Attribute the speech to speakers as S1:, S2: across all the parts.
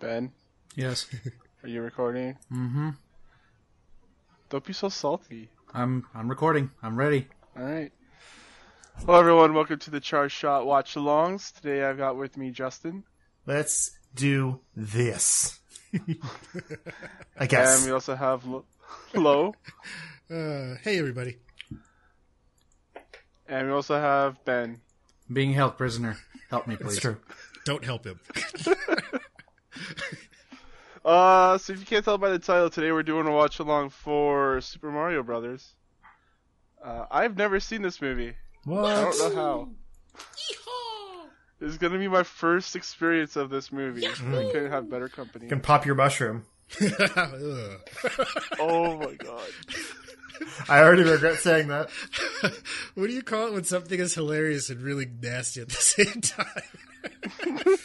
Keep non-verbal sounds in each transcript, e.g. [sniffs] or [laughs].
S1: Ben,
S2: Yes.
S1: are you recording?
S2: Mm-hmm.
S1: Don't be so salty.
S2: I'm I'm recording. I'm ready.
S1: All right. Hello, everyone. Welcome to the Charge Shot Watch Alongs. Today, I've got with me Justin,
S3: Let's do this. I
S1: and
S3: guess.
S1: we also have Lo, [laughs] Lo
S4: Uh, hey everybody. [laughs]
S1: and we also have Ben.
S2: Being held prisoner. Help me, please.
S3: It's true.
S4: Don't help him.
S1: Uh, so if you can't tell by the title, today we're doing a watch along for Super Mario Brothers. Uh, I've never seen this movie. I
S3: What?
S1: don't know how. This is gonna be my first experience of this movie. I couldn't have better company.
S3: You can pop your mushroom.
S4: Ugh.
S1: Oh my god. [laughs]
S3: I already regret saying that.
S4: what do you call it when something is hilarious and really nasty at the [laughs] same time? Uh,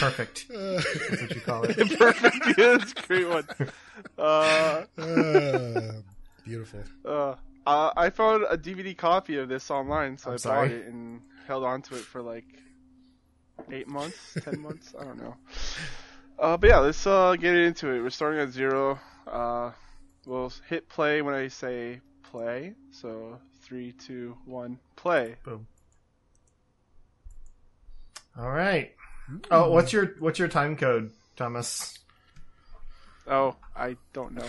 S3: Perfect. That's what you call it.
S1: Perfect. Yeah, that's a great one. Uh,
S4: Uh, beautiful.
S1: uh, uh, I found a DVD copy of this online, so i
S3: I'm
S1: bought
S3: sorry.
S1: it and held on to it for like eight months,
S3: [laughs]
S1: ten months. I don't know. Uh, but yeah, let's uh, get into it. We're starting at zero. Uh, we'll hit play when I say play. So three, two, one, play.
S3: All right. Oh, what's your what's your time code, Thomas?
S1: Oh, I don't know.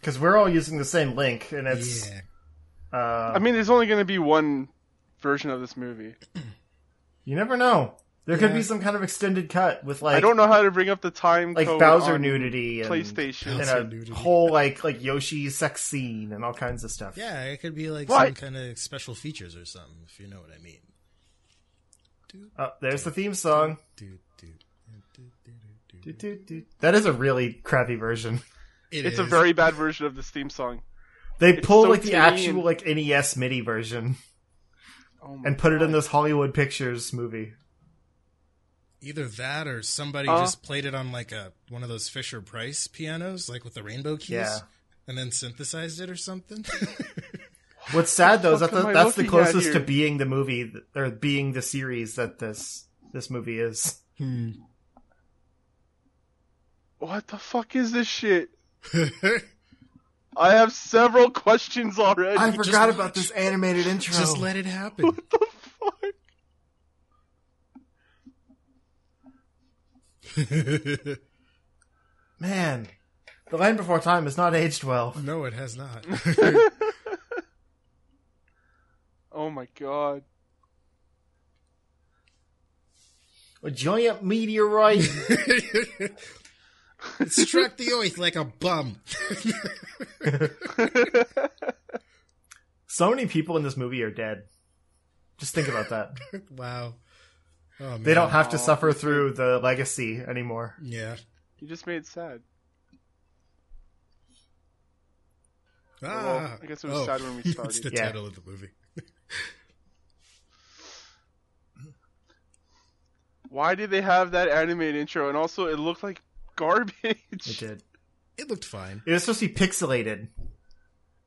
S3: Because we're all using the same link, and it's
S4: yeah.
S3: uh,
S1: I mean, there's only going to be one version of this movie.
S3: you never know. There could
S4: Yeah.
S3: be some kind of extended cut with like
S1: I don't know how to bring up the time
S3: like
S1: code
S3: Bowser
S1: on
S3: nudity and,
S1: PlayStation.
S3: and
S4: Bowser
S3: a
S4: nudity.
S3: whole like like Yoshi sex scene and all kinds of stuff.
S4: Yeah, it could be like
S1: What?
S4: some kind of special features or something, if you know what I mean. Do,
S3: Oh, there's the theme song.
S4: do, do, do, do, do,
S3: Do,
S4: do.
S3: do, do. That is a really crappy version.
S4: It
S1: It's a
S4: is.
S1: very bad version of this theme song.
S3: They
S1: It's
S3: pulled
S1: so
S3: like the
S1: tinny
S3: actual
S1: and-
S3: like NES MIDI version
S1: Oh my
S3: and put it in
S1: God.
S3: this Hollywood Pictures movie.
S4: either that or somebody
S1: Uh.
S4: just played it on like a one of those Fisher Price pianos, like with the rainbow keys,
S3: Yeah.
S4: and then synthesized it
S1: [laughs]
S4: or something. [laughs]
S3: What's sad though is
S1: fuck
S3: that the,
S1: am I
S3: that's the
S1: looking at
S3: closest to
S1: here?
S3: being the movie th- or being the series that this this movie is.
S4: hmm.
S1: What the fuck is this shit?
S4: just
S1: I have several [laughs] questions already.
S3: I
S4: just
S3: forgot
S4: watch.
S3: about this animated intro.
S4: let it happen. [laughs]
S1: What the fuck?
S3: Man, The Land Before Time has not aged well.
S4: no, it has not.
S1: [laughs] Oh my god. [laughs]
S3: A giant meteorite.
S4: it struck the earth like a bum.
S3: [laughs]
S4: [laughs]
S3: so many people in this movie are dead. Just think about that.
S4: wow. Oh, man.
S3: They don't have to
S1: Aw.
S3: suffer through the legacy anymore.
S4: Yeah.
S1: You just made it sad.
S4: Ah.
S1: well, I guess it was sad when we
S4: [laughs] it's
S1: started.
S4: the
S3: Yeah.
S4: title of the movie.
S1: Why did they have that animated intro? And also, it looked like garbage.
S3: It did.
S4: It looked fine.
S3: It was supposed to be pixelated.
S1: [laughs]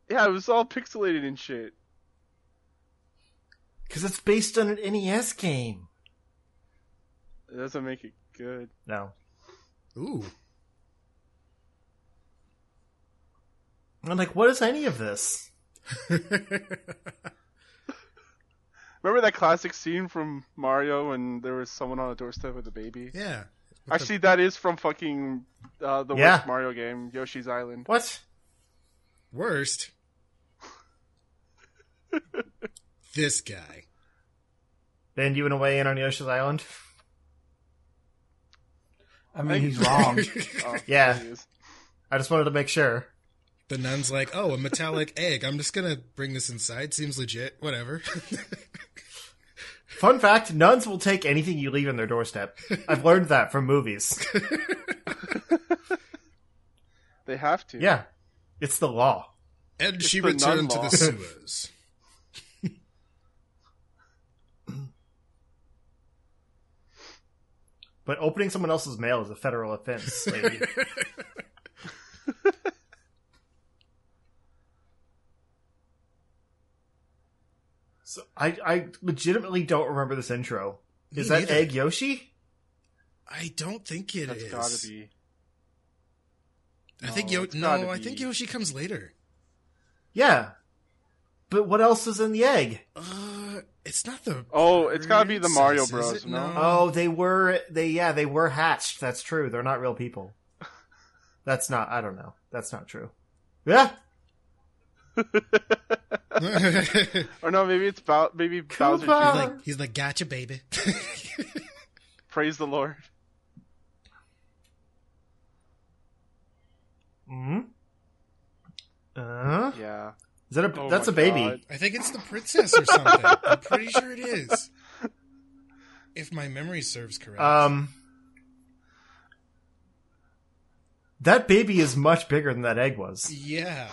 S1: Yeah, it was all pixelated and shit.
S3: Because it's based on an NES game.
S1: It doesn't make it good.
S3: No.
S4: Ooh. [laughs]
S3: I'm like, what is any of this?
S1: Remember that classic scene from Mario when there was someone on a doorstep with a baby?
S4: yeah. With the-
S1: Actually, that is from fucking uh, the
S3: Yeah.
S1: worst Mario game, Yoshi's
S3: [laughs]
S1: Island.
S3: What?
S4: worst. this guy.
S3: Then you want to weigh in on Yoshi's Island?
S2: I
S1: I-
S2: mean, he's wrong.
S1: Oh,
S3: Yeah.
S1: there he is.
S3: I just wanted to make sure.
S4: The nun's like, oh, a metallic
S1: [laughs]
S4: egg. I'm just gonna bring this inside. Seems legit. Whatever. [laughs]
S3: Fun fact nuns will take anything you leave on their doorstep. I've learned that from movies.
S1: They have to.
S3: Yeah. It's the law.
S4: and she
S1: the nun
S4: returned to
S1: law.
S4: the sewers.
S3: But opening someone else's mail is a federal offense. lady. so I, I legitimately don't remember this intro. Is
S4: Me
S3: that
S4: neither.
S3: Egg Yoshi?
S4: I don't think it
S1: That's
S4: is.
S1: gotta be. [laughs]
S4: I think
S1: No,
S4: Yo-
S1: it's gotta
S4: no, I think
S1: be.
S4: Yoshi comes later.
S3: Yeah. But what else is in the egg?
S4: Uh, it's not the.
S1: Oh, it's gotta be the Mario
S4: princess,
S1: Bros,
S4: is it?
S1: no?
S3: Oh, they were they yeah, they were hatched. That's true. They're not real
S1: [laughs]
S3: people. That's not I don't know. That's not true. Yeah.
S1: Or no, maybe it's Bow- maybe Bowser
S3: Koopa!
S1: Jr.
S4: [laughs] he's like, he's like, gotcha, baby. [laughs]
S1: Praise the Lord.
S3: hmm Uh,
S1: Yeah.
S3: is that a
S1: Oh
S3: that's
S1: my
S3: a baby?
S1: God.
S4: I think it's the princess or something. I'm pretty sure it is. If my memory serves correct.
S3: Um, that baby is much bigger than that egg was.
S4: yeah.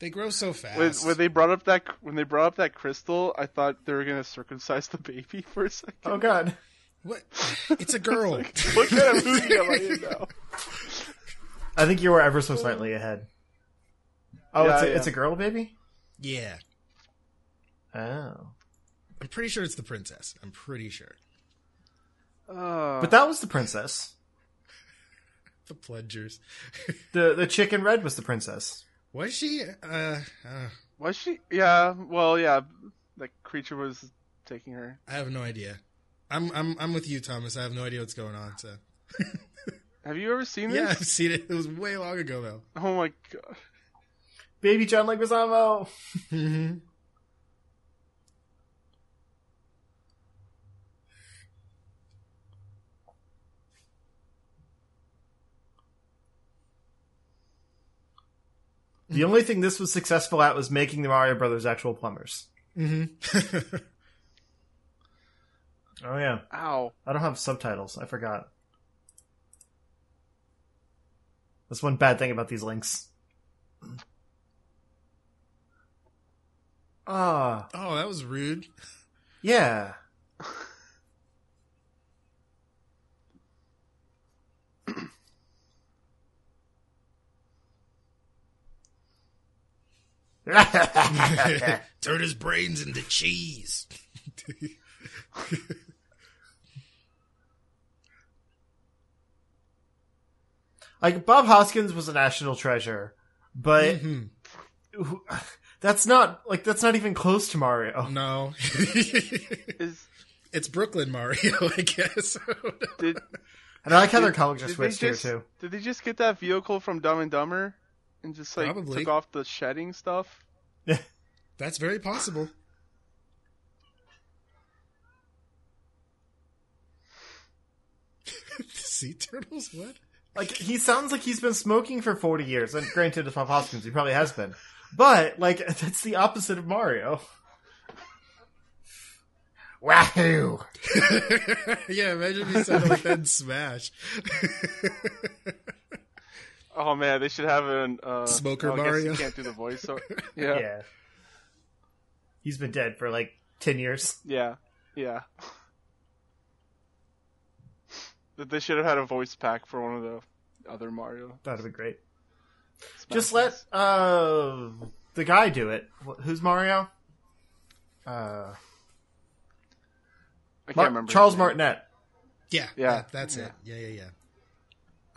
S4: They grow so fast.
S1: When, when they brought up that when they brought up that crystal, I thought they were gonna circumcise the baby [laughs] for a second.
S3: [laughs] Oh god.
S4: what? It's a girl.
S1: [laughs] What kind of movie am I in now?
S3: I think you were ever so slightly ahead. Oh,
S1: Yeah,
S3: it's a,
S1: yeah.
S3: it's a girl baby.
S4: [laughs] yeah.
S3: Oh,
S4: I'm pretty sure it's the princess. I'm pretty sure.
S1: Uh,
S3: but that was the princess.
S4: The Pledgers.
S3: The the chick in red was the princess.
S4: Was she? Uh, uh,
S1: was she? Yeah. Well, yeah. That creature was taking her.
S4: I have no idea. I'm I'm I'm with you, Thomas. I have no idea what's going on. So
S1: Have you ever seen
S4: yeah, [laughs]
S1: this?
S4: I've seen it. It was way long ago though.
S1: Oh my god.
S3: Baby John Leguizamo.
S4: Mm-hmm.
S3: The only thing this was successful at was making the Mario Brothers actual plumbers.
S4: Mm-hmm.
S3: Oh yeah,
S1: Ow.
S3: I don't have subtitles. I forgot. That's one bad thing about these links. Ah.
S4: [laughs] oh, that was [laughs] rude.
S3: Yeah. [laughs]
S4: Turn his brains into cheese.
S3: like Bob Hoskins was a national treasure, but
S4: Mhm.
S3: who- [sighs] that's not like that's not even close to Mario.
S4: No, [laughs]
S1: Is
S4: it's Brooklyn Mario, [laughs] I guess. I don't know.
S1: did
S3: And I like how
S1: Did-
S3: their comics are
S1: did they
S3: switched here
S1: just-
S3: too.
S1: did they just get that vehicle from Dumb and Dumber and just like
S4: Probably.
S1: took off the shedding stuff?
S4: That's very possible. [laughs] sea turtles? What?
S3: Like he sounds like he's been smoking for forty years, and granted, it's Bob Hoskins, he probably has been, but like [laughs] that's the opposite of Mario. Wahoo!
S4: [laughs] yeah, imagine if he sounded like that in Smash. [laughs]
S1: Oh man, they should have an uh,
S4: Smoker
S1: oh, I guess
S4: Mario.
S1: You can't do the voice.
S4: [laughs]
S1: So
S3: Yeah.
S1: yeah, yeah,
S3: He's been dead for like 10 years.
S1: yeah, [laughs] That they should have had a voice pack for one of the other Mario.
S3: That'd be great.
S1: smashes.
S3: Just let uh the guy do it. Wh- Who's Mario? Uh
S1: I can't
S3: Mar-
S1: remember
S3: Charles
S1: his name.
S3: Martinet.
S4: yeah,
S1: Yeah.
S4: that- that's it. Yeah, yeah, yeah.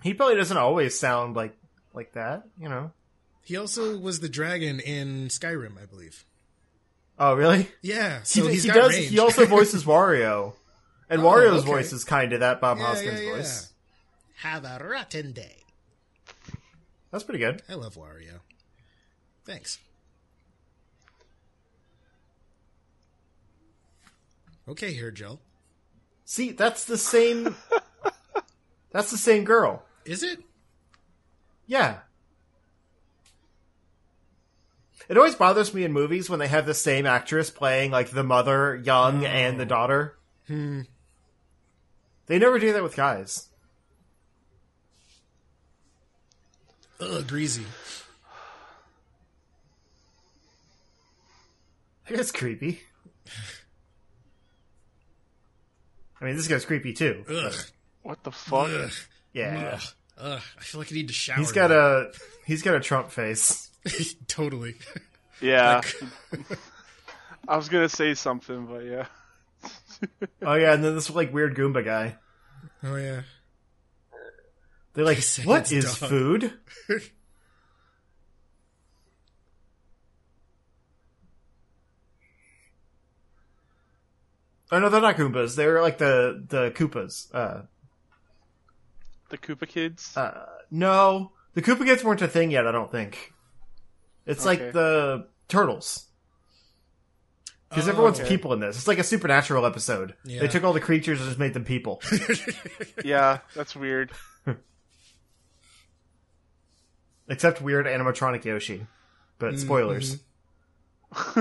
S3: He probably doesn't always sound like like that, you know.
S4: He also was the dragon in Skyrim, I believe.
S3: Oh, really?
S4: Yeah, [laughs] so
S3: he
S4: he's
S3: he
S4: got
S3: does
S4: range.
S3: he also
S4: [laughs]
S3: voices Wario. And
S4: Oh,
S3: Wario's
S4: okay.
S3: voice is kind of that Bob
S4: Yeah,
S3: Hoskins
S4: yeah, yeah.
S3: voice.
S4: Have a rotten day.
S3: That's pretty good.
S4: I love Wario. Thanks. Okay, here, Joe.
S3: See, that's the
S4: [laughs]
S3: same That's the same girl.
S4: Is it?
S3: Yeah. It always bothers me in movies when they have the same actress playing like the mother, young, and the
S4: Oh.
S3: daughter.
S4: Hmm.
S3: They never do that with guys.
S4: Ugh, greasy.
S3: It's creepy. I mean, this guy's creepy too.
S4: Ugh.
S1: What the fuck?
S4: Ugh.
S3: Yeah,
S4: Ugh. I feel like I need to shower.
S3: he's got
S4: now.
S3: a he's got a Trump face.
S4: [laughs] totally.
S1: Yeah, [laughs] I was gonna say something, but yeah.
S3: Oh yeah, and then this like weird Goomba guy.
S4: Oh yeah. [laughs]
S3: They're like,
S4: Just say
S3: what
S4: it's
S3: is
S4: dog."
S3: food? Oh no, they're not Goombas. They're like the the Koopas. Uh,
S1: The Koopa Kids.
S3: uh, no, the Koopa Kids weren't a thing yet. I don't think. It's
S1: Okay.
S3: like the turtles because
S4: Oh,
S3: everyone's
S1: okay.
S3: people in this. It's like a supernatural episode.
S4: Yeah.
S3: They took all the creatures and just made them people.
S1: yeah, that's weird. [laughs]
S3: except weird animatronic Yoshi. But
S4: Mm,
S3: spoilers.
S4: mhm.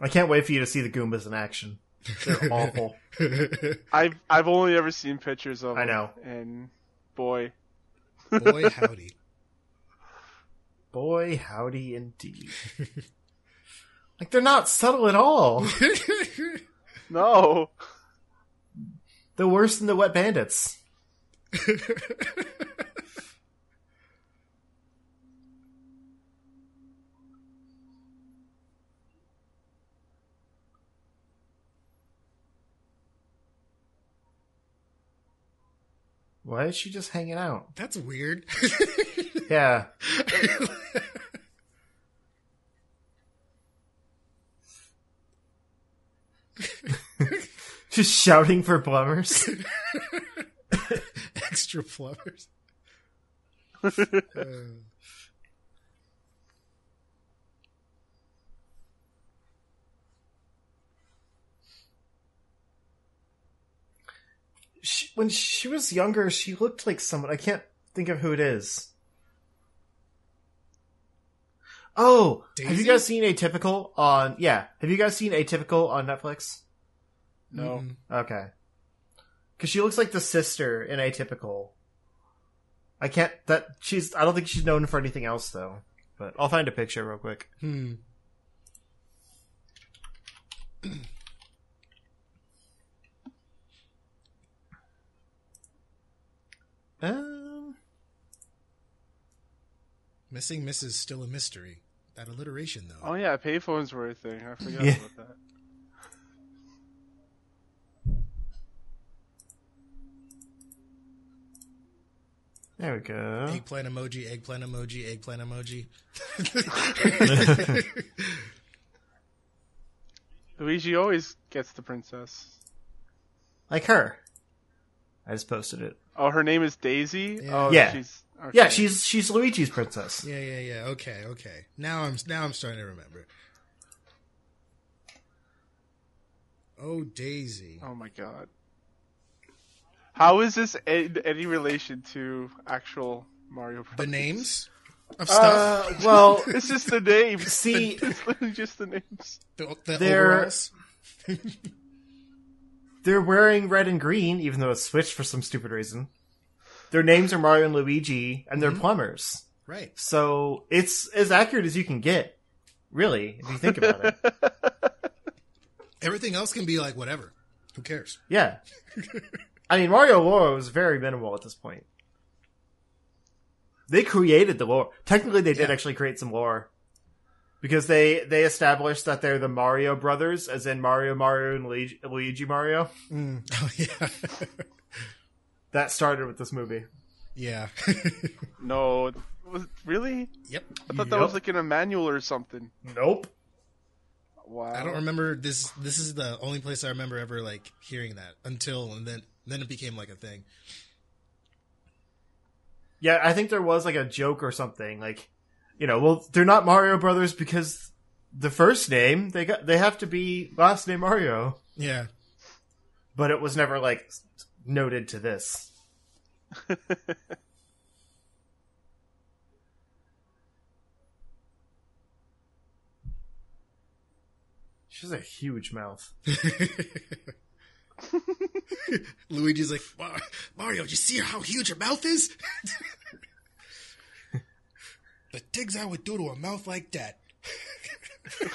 S3: I can't wait for you to see the Goombas in action. They're awful.
S1: I've I've only ever seen pictures of.
S3: I
S1: them,
S3: know.
S1: And boy,
S4: [laughs] Boy howdy.
S3: Boy, howdy indeed. [laughs] like they're not subtle at all.
S1: no.
S3: They're worse than the Wet Bandits. Why is she just hanging out?
S4: That's weird. [laughs]
S3: Yeah. [laughs] Just shouting for plumbers.
S4: Extra plumbers. Uh,
S3: she, when she was younger, she looked like someone. I can't think of who it is. Oh, have you
S4: Daisy?
S3: guys seen Atypical on? Yeah, have you guys seen Atypical on Netflix?
S1: [laughs] No.
S4: mm-mm.
S3: Okay, because she looks like the sister in Atypical. I can't. That she's. I don't think she's known for anything else though. But I'll find a picture real quick.
S4: Hmm.
S3: Um,
S4: Missing Miss is still a mystery. That alliteration, though.
S1: Oh yeah, payphones were a thing. I forgot
S3: Yeah.
S1: about that.
S3: there we go.
S4: Eggplant emoji, eggplant emoji,
S1: [laughs]
S4: eggplant emoji.
S1: Luigi always gets the princess.
S3: Like her. I just posted it.
S1: Oh, her name is Daisy.
S4: Yeah.
S1: Oh,
S3: Yeah.
S1: She's, okay.
S3: Yeah, she's she's Luigi's princess.
S4: yeah, yeah, yeah. Okay, okay. Now I'm now I'm starting to remember. Oh Daisy.
S1: Oh my god. How is this in any relation to actual Mario? Bros?
S4: The names of stuff.
S3: Uh, well,
S1: [laughs] It's just the names. [laughs]
S3: See-
S1: it's literally just the
S4: [laughs]
S1: names.
S4: the the
S3: they're-
S4: overalls. [laughs]
S3: they're wearing red and green, even though it's switched for some stupid reason. Their names are Mario and Luigi, and they're plumbers.
S4: Right.
S3: So it's as accurate as you can get, really, if you think
S1: [laughs]
S3: about it.
S4: Everything else can be like whatever. Who cares? [laughs]
S3: Yeah. I mean, Mario lore was very minimal at this point. They created the lore. Technically, they did
S4: Yeah.
S3: actually create some lore because they they established that they're the Mario brothers, as in Mario, Mario, and Luigi, Luigi Mario.
S4: Oh yeah. [laughs]
S3: That started with this movie.
S4: yeah. [laughs]
S1: No, it was really?
S4: yep.
S1: I thought that was
S3: Yup.
S1: like in a manual or something.
S3: Nope.
S1: Wow.
S4: I don't remember this. This is the only place I remember ever like hearing that until and then then it became like a thing.
S3: Yeah, I think there was like a joke or something. Like, you know, well, they're not Mario Brothers because the first name they got they have to be last name Mario.
S4: Yeah.
S3: But it was never like s- noted to this. She has a huge mouth.
S4: [laughs] Luigi's like, "Mar- Mario, you see how huge her mouth is? [laughs] the things I would do to a mouth like that.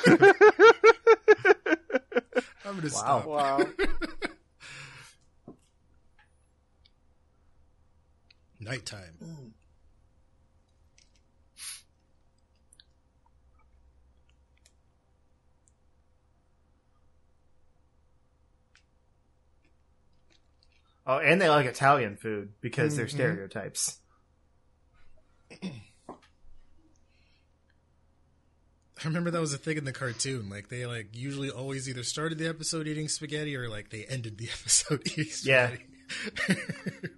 S4: [laughs] I'm gonna stop.
S1: Wow.
S4: Nighttime.
S3: Oh, and they like Italian food because they're
S4: Mhm.
S3: stereotypes.
S4: I remember that was a thing in the cartoon. Like they like usually always either started the episode eating spaghetti or like they ended the [laughs] episode eating
S3: Yeah. [laughs]
S4: spaghetti.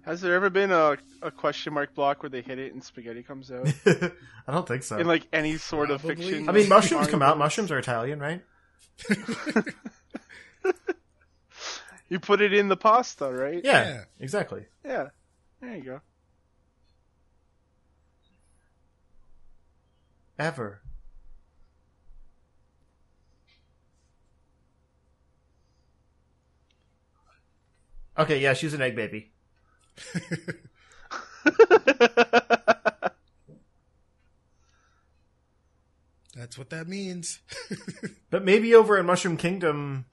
S1: Has there ever been a, a question mark block where they hit it and spaghetti comes out
S3: I don't think so.
S1: in like any sort
S4: Probably.
S1: of fiction?
S3: I mean, mushrooms
S1: Mario
S3: come out.
S1: Bros.
S3: Mushrooms are Italian, right?
S1: You put it in the pasta, right?
S3: Yeah,
S4: Yeah.
S3: exactly.
S1: Yeah. There you go.
S3: Ever. Okay, yeah, she's an egg baby.
S4: That's what that means.
S3: But maybe over in Mushroom Kingdom,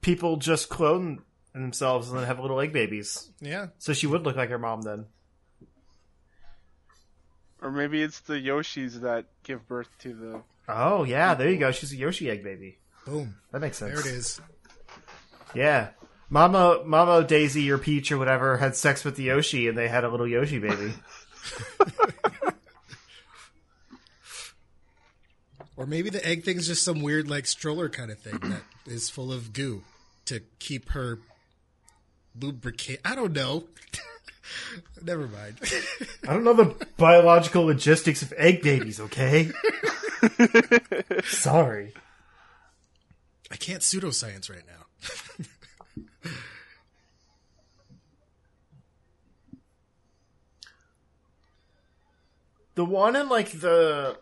S3: people just clone themselves and then have little egg babies.
S4: Yeah.
S3: So she would look like her mom then.
S1: [laughs] Or maybe it's the Yoshis that give birth to the.
S3: Oh yeah, there you go. She's a Yoshi egg baby.
S4: Boom.
S3: That makes sense.
S4: There it is.
S3: Yeah. Mama Mama Daisy or Peach or whatever had sex with the Yoshi and they had a little Yoshi baby.
S4: Or maybe the egg thing's just some weird like stroller kind of thing that is full of goo to keep her lubricate. I don't know. [laughs] Never mind. [laughs]
S3: I don't know the biological logistics of egg babies, okay? Sorry.
S4: I can't pseudoscience right now.
S3: The one in like the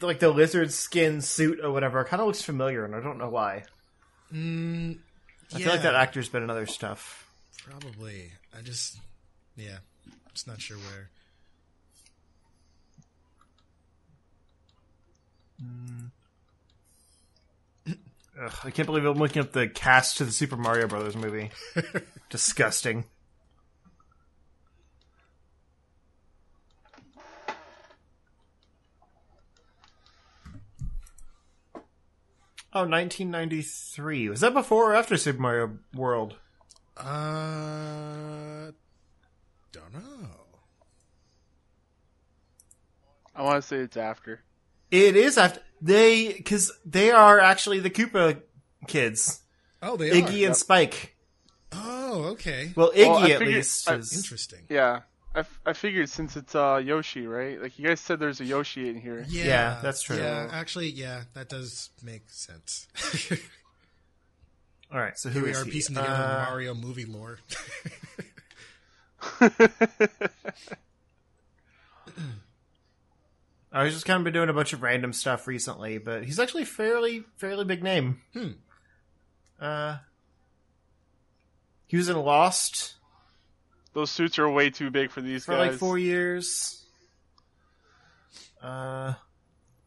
S3: like the lizard skin suit or whatever kind of looks familiar and I don't know why.
S4: Mm,
S3: I
S4: yeah,
S3: feel like that actor's been in other stuff.
S4: probably. I just yeah, just not sure where.
S3: Ugh, I can't believe I'm looking up the cast to the Super Mario Brothers movie. Disgusting. Oh, 1993. Was that before or after Super Mario World?
S4: Uh, don't know.
S1: I want to say it's after.
S3: It is after they because they are actually the Koopa kids,
S4: Oh, they
S3: Iggy and
S4: are.
S3: Spike.
S4: Oh, okay.
S3: Well, Iggy
S1: Well, I
S3: at
S1: figured-
S3: least.
S1: I-
S3: is-
S4: Interesting.
S1: Yeah. I, f- I figured since it's uh, Yoshi, right? Like you guys said, there's a Yoshi in here.
S4: Yeah,
S3: Yeah, that's true.
S4: Yeah, actually, yeah, that does make sense. [laughs]
S3: All right, so who
S4: Here we
S3: is
S4: are
S3: he?
S4: piecing together
S3: Uh,
S4: Mario movie lore. [laughs]
S3: I was just kind of been doing a bunch of random stuff recently, but he's actually fairly fairly big name.
S4: Hmm.
S3: Uh, he was in Lost
S1: [laughs] Those suits are way too big for these
S3: for
S1: guys.
S3: like four years. Uh,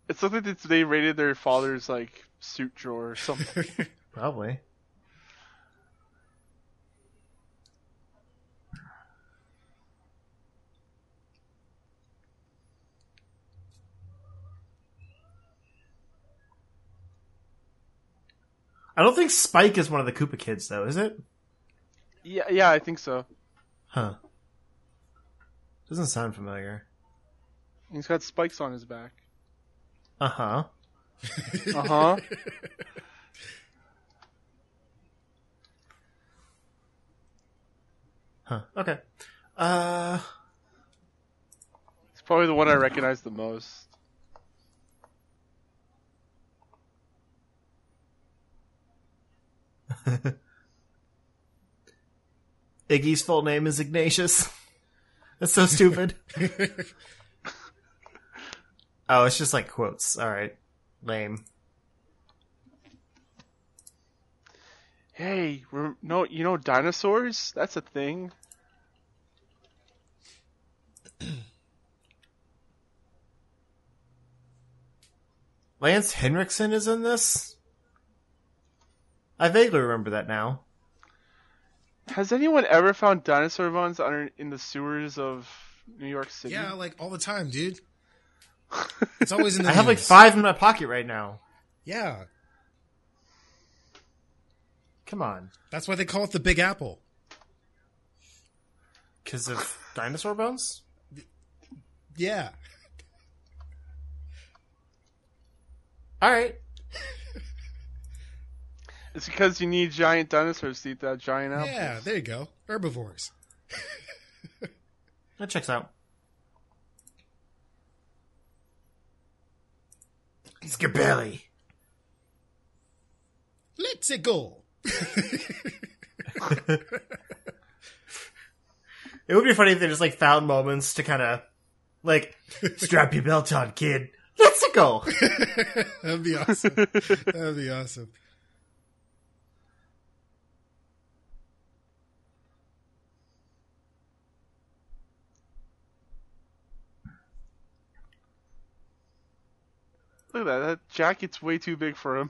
S1: It's something that they raided their father's like suit drawer or
S3: [laughs]
S1: something.
S3: probably. I don't think Spike is one of the Koopa kids, though, is it?
S1: yeah, yeah, I think so.
S3: Huh. Doesn't sound familiar.
S1: He's got spikes on his back.
S3: Uh huh.
S1: Uh
S4: [laughs]
S1: huh.
S3: Huh. Okay. Uh,
S1: It's probably the one I recognize the most.
S3: Iggy's full name is Ignatius. [laughs] That's so [laughs] stupid. oh, it's just like quotes. All right. Lame.
S1: Hey, rem- no, you know dinosaurs? That's a thing.
S3: Lance Henriksen is in this? I vaguely remember that now.
S1: Has anyone ever found dinosaur bones under in the sewers of New York City?
S4: yeah, like all the time,
S3: [laughs]
S4: dude. It's always in the
S3: I have like
S4: news.
S3: five in my pocket right now.
S4: Yeah,
S3: Come on.
S4: that's why they call it the Big Apple.
S3: because of [laughs] dinosaur bones.
S4: Yeah.
S3: All right,
S1: It's because you need giant dinosaurs to eat that giant apple.
S4: Yeah, there you go. Herbivores.
S3: that checks out. Scabelli.
S4: Let's go. [laughs]
S3: It would be funny if they just like found moments to kind of [laughs] like strap your belt on, kid. Let's go.
S4: That'd be awesome. That'd be awesome.
S1: Look at that. That jacket's way too big for him.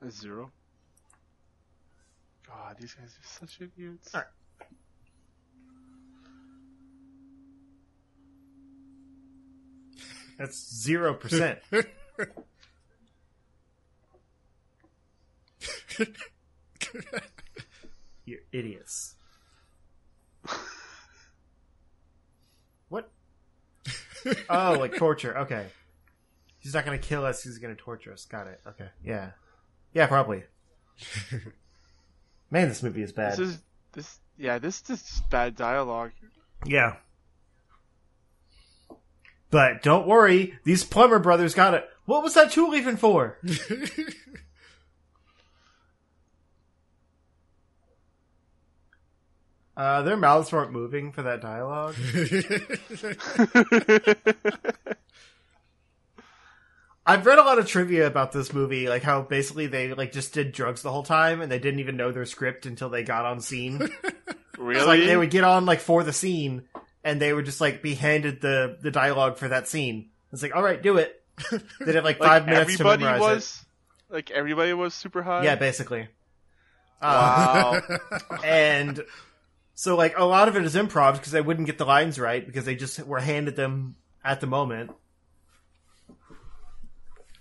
S1: A zero. God, these guys are such idiots.
S3: Alright. That's zero [laughs]
S4: [laughs]
S3: percent. You're idiots. [laughs] what? Oh, like torture. Okay. He's not going to kill us. He's going to torture us. Got it. Okay. Yeah. Yeah, probably. [laughs] Man, this movie is bad.
S1: This is this. Yeah, this this is bad
S3: [laughs]
S1: dialogue.
S3: yeah. But don't worry, these plumber brothers got it. What was that tool even for? Uh, their mouths weren't moving for that dialogue. I've read a lot of trivia about this movie, like how basically they like just did drugs the whole time and they didn't even know their script until they got
S1: [laughs]
S3: on scene. It's like they would get on like for the scene and they would just like be handed the the dialogue for that scene. It's like, all right,
S1: [laughs]
S3: do it. They'd have like
S1: Like,
S3: five minutes to
S1: everybody
S3: memorize
S1: was like everybody was super high.
S3: it. Yeah, basically. Uh, [laughs]
S1: Wow.
S3: and so like a lot of it is improv because they wouldn't get the lines right because they just were handed them at the moment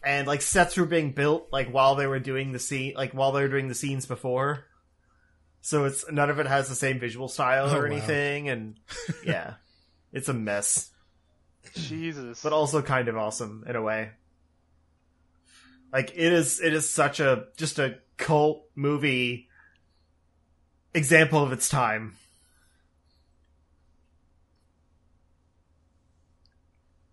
S3: and like sets were being built like while they were doing the scene like while they were doing the scenes before so it's none of it has the same visual style
S4: Oh,
S3: or
S4: wow.
S3: anything and
S4: [laughs]
S3: yeah it's a mess
S1: Jesus.
S3: but also kind of awesome in a way. Like it is, it is such a just a cult movie example of its time.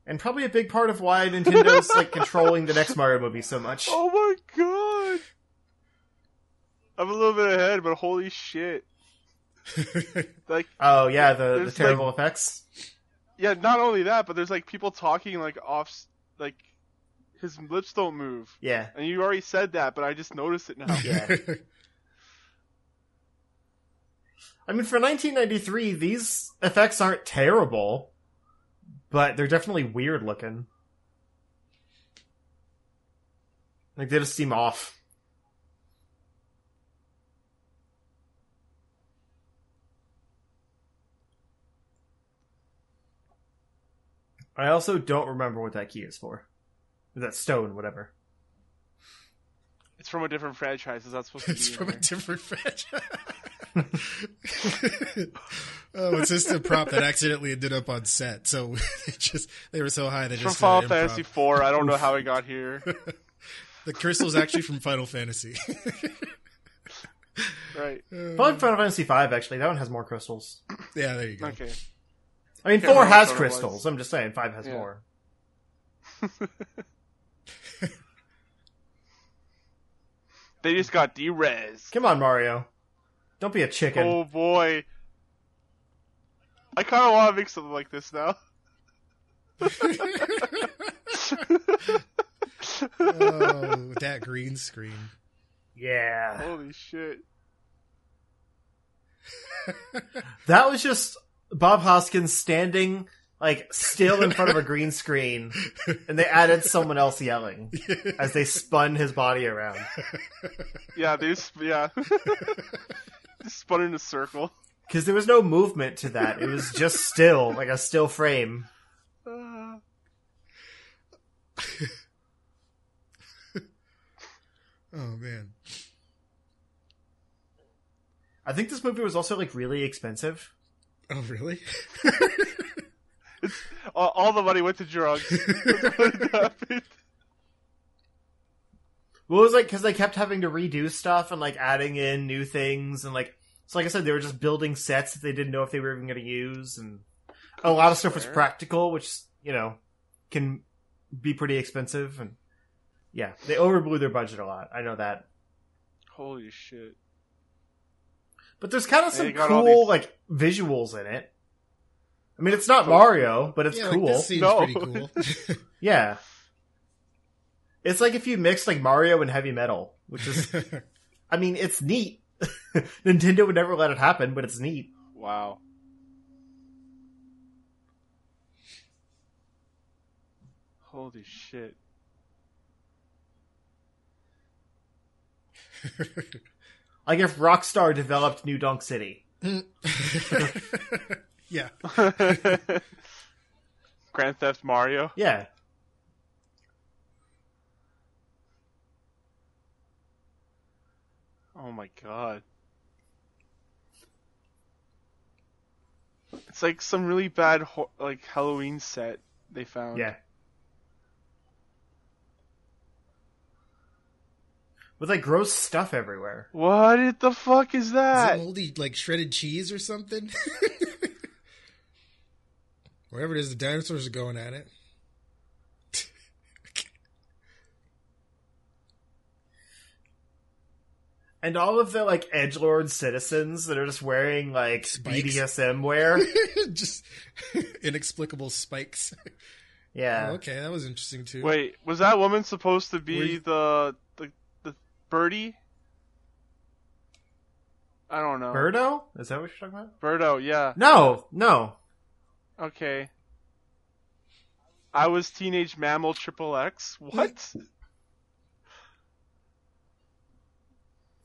S3: And probably a big part of why Nintendo's like controlling the next Mario movie so much.
S1: [laughs] Oh my god! I'm a little bit ahead, but holy
S4: [laughs]
S1: shit! Like,
S3: Oh yeah, the, the
S1: There's,
S3: terrible effects.
S1: yeah, not only that, but there's like people talking like off, s- like his lips don't move,
S3: Yeah.
S1: and you already said that, but I just noticed it now.
S3: Yeah. I mean, for 1993, these effects aren't terrible, but they're definitely weird looking. Like, they just seem off. I also don't remember what that key is for. That stone, whatever.
S1: It's from a different franchise. Is that supposed to be?
S4: It's
S1: in
S4: from a
S1: there?
S4: different franchise. [laughs] oh, it's just a prop that accidentally ended up on set. So [laughs] they just they were so high they
S1: It's from
S4: just
S1: Final
S4: did improv.
S1: Fantasy IV. I don't know how it got
S4: [laughs]
S1: here.
S4: The crystal's actually from Final Fantasy. [laughs]
S1: Right?
S4: Hmm.
S3: Probably Final Fantasy V, actually. That one has more crystals.
S4: yeah, there you go.
S1: Okay.
S3: I mean,
S1: Can't
S3: four
S1: remember
S3: has
S1: which one it
S3: crystals.
S1: was.
S3: I'm just saying, five has
S1: Yeah.
S3: more.
S1: They just got derez.
S3: Come on, Mario. Don't be a chicken.
S1: Oh boy. I kind of want to make something like this now. [laughs]
S4: Oh, with that green screen.
S3: Yeah.
S1: Holy shit.
S3: That was just Bob Hoskins standing, like, still in front of a green screen, and they added someone else yelling as they spun his body around.
S1: Yeah, they just yeah. [laughs] just spun in a circle. [sighs]
S3: Because there was no movement to that. It was just still, like a still frame.
S1: Uh,
S4: Oh man.
S3: I think this movie was also like really expensive.
S4: Oh really?
S1: All, all the money went to drugs. [laughs] That's what happened.
S3: Well, it was like because they kept having to redo stuff and like adding in new things and like so. Like I said, they were just building sets that they didn't know if they were even going to use, and a lot of stuff was
S1: Fair.
S3: practical, which you know can be pretty expensive. And yeah, they overblew their budget a lot. I know that,
S1: Holy shit!
S3: but there's kind of
S1: They
S3: some
S1: got all
S3: cool
S1: these-
S3: like visuals in it. I mean, it's not Mario, but it's
S4: yeah,
S3: cool.
S4: Like, this seems
S1: No. [laughs]
S4: pretty cool. [laughs]
S3: yeah, it's like if you mix like Mario and heavy metal,
S1: [laughs]
S3: which is I mean, it's neat. [laughs] Nintendo would never let it happen, but it's neat.
S1: Wow. Holy shit! [laughs]
S3: Like if Rockstar developed New Donk City.
S4: yeah.
S1: Grand Theft Mario.
S3: Yeah.
S1: Oh my god. It's like some really bad ho- like Halloween set they found.
S3: Yeah. With like gross stuff everywhere.
S1: What the fuck is
S4: Is
S1: that?
S4: it moldy like shredded cheese or something? [laughs] Wherever it is, the dinosaurs are going at it.
S3: And all of the like edgelord citizens that are just wearing like
S4: Spikes.
S3: BDSM
S4: [laughs]
S3: wear.
S4: Just inexplicable spikes. [laughs]
S3: Yeah.
S4: Oh, okay, that was interesting too.
S1: Wait, was that woman supposed to
S4: Were
S1: be
S4: you-
S1: the the the birdie? I don't know.
S3: Birdo? Is that what you're talking about?
S1: Birdo, yeah.
S3: No, no.
S1: Okay. I was teenage mammal triple X. What?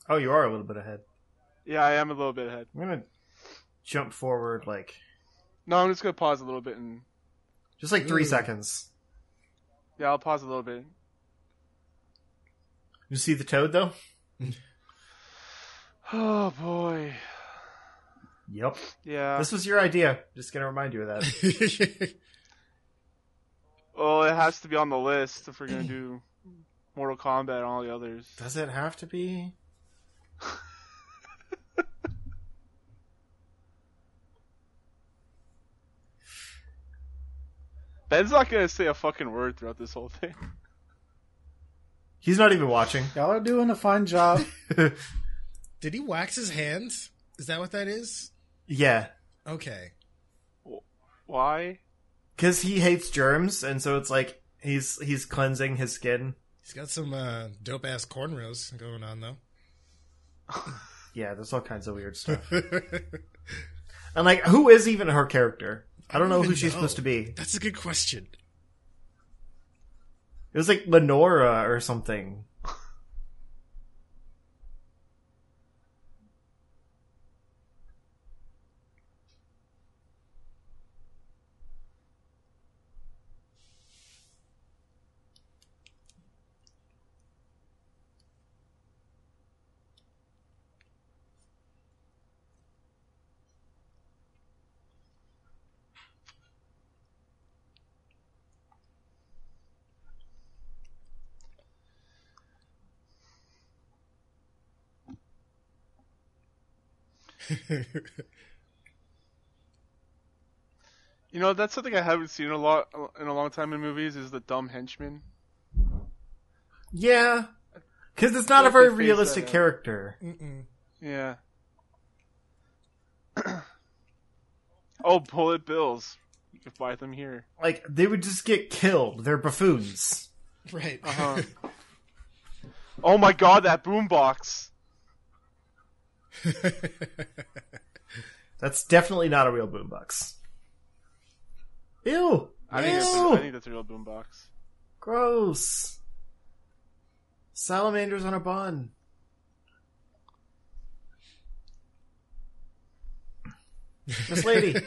S3: Oh, you are a little bit ahead.
S1: yeah, I am a little bit ahead.
S3: I'm gonna jump forward like
S1: No, I'm just gonna pause a little bit and
S3: just like three
S4: Ooh.
S3: seconds.
S1: yeah, I'll pause a little bit. [sighs]
S3: You see the toad though?
S1: Oh boy.
S3: Yep.
S1: Yeah.
S3: This was your idea. Just gonna remind you of
S4: [laughs]
S3: that.
S1: Well, it has to be on the list if we're
S3: [clears throat]
S1: gonna do Mortal Kombat and all the others.
S3: Does it have to be?
S1: Ben's not gonna say a fucking word throughout this whole thing. [laughs]
S3: He's not even watching.
S2: Y'all are doing a fine job.
S4: [laughs] Did he wax his hands? Is that what that is?
S3: yeah,
S4: Okay.
S1: Why?
S3: because he hates germs, and so it's like he's he's cleansing his skin.
S4: He's got some uh, dope ass cornrows going on though.
S3: Yeah, there's all kinds of weird
S4: [laughs]
S3: stuff. and like, who is even her character? I don't know who
S4: even
S3: she's
S4: know.
S3: supposed to be.
S4: That's a good question.
S3: It was like Lenora or something.
S1: You know, that's something I haven't seen a lot in a long time in movies is the dumb henchman.
S3: Yeah, because it's not a
S1: Like they
S3: very
S1: phase
S3: realistic
S1: that out.
S3: character.
S4: Mm-mm.
S1: Yeah. [clears throat] oh, bullet bills. You can buy them here.
S3: Like they would just get killed. They're buffoons.
S4: Right. [laughs]
S1: Uh-huh. Oh my god, that boombox.
S3: That's definitely not a real boombox. Ew.
S1: I
S3: Ew.
S1: think, that's, I think that's a real boombox.
S3: Gross. Salamanders on a bun. This [laughs] lady.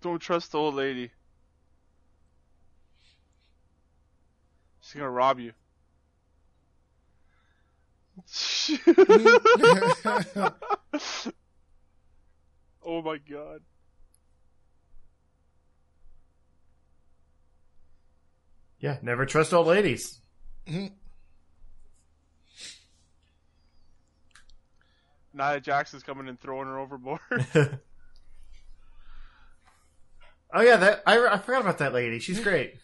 S1: Don't trust the old lady. She's gonna rob you. [laughs] oh my god.
S3: Yeah, never trust old ladies.
S1: Nia Jackson's coming and throwing her overboard. [laughs]
S3: Oh yeah, that I, I forgot about that lady. She's great.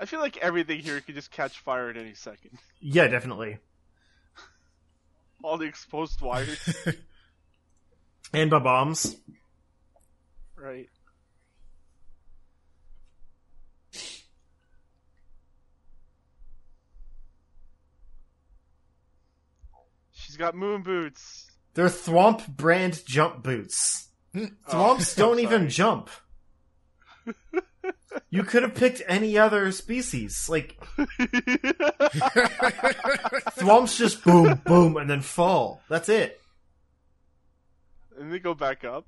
S1: I feel like everything here could just catch fire at any second.
S3: Yeah, definitely.
S1: All the exposed wires,
S3: And by bombs.
S1: right? She's got moon boots.
S3: They're Thwomp brand jump boots. Hmm, Thwomps
S1: Oh,
S3: don't
S1: sorry.
S3: even jump. You could have picked any other species. Like Thwomps just boom, boom, and then fall. That's it.
S1: and they go back up.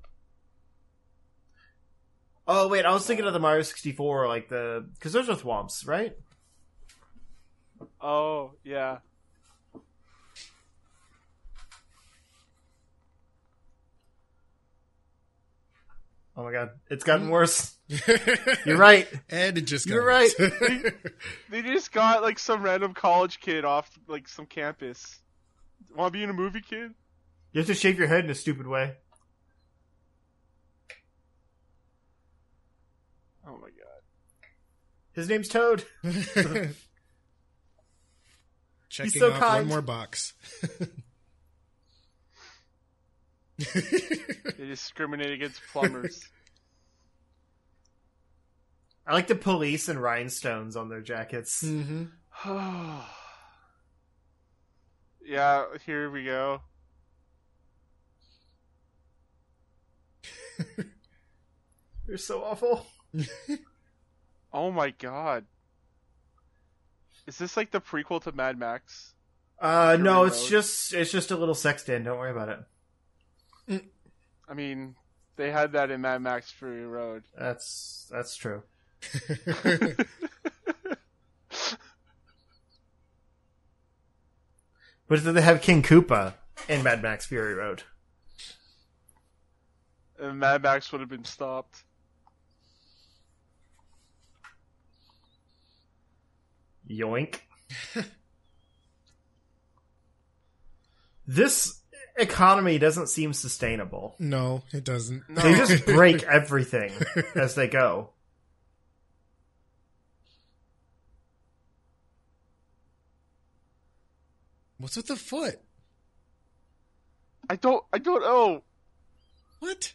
S3: Oh wait, I was thinking of the Mario sixty four, like the because those are Thwomps, right?
S1: Oh yeah.
S3: Oh my god, it's gotten worse. You're right.
S4: and it just got
S3: You're right.
S4: [laughs]
S1: They just got like some random college kid off like some campus. Want to be in a movie, kid?
S3: You have to shave your head in a stupid way.
S1: Oh my god.
S3: His name's Toad.
S4: Checking
S3: so
S4: off
S3: kind.
S4: one more box.
S1: They discriminate against [laughs] plumbers. [sighs]
S3: I like the police and rhinestones on their jackets.
S4: hmm
S1: yeah, here we go.
S3: They're so awful.
S1: Oh my god. Is this like the prequel to Mad Max?
S3: Uh,
S1: Fury
S3: no, it's
S1: Road.
S3: just it's just a little sex den. Don't worry about it.
S1: I mean, they had that in Mad Max Fury Road.
S3: That's that's true. But then they have King Koopa in Mad Max Fury Road.
S1: And Mad Max would have been stopped.
S3: Yoink. this economy doesn't seem sustainable.
S4: no, it doesn't.
S1: No.
S3: They just break everything as they go.
S4: What's with the foot?
S1: I don't. I don't know.
S4: What?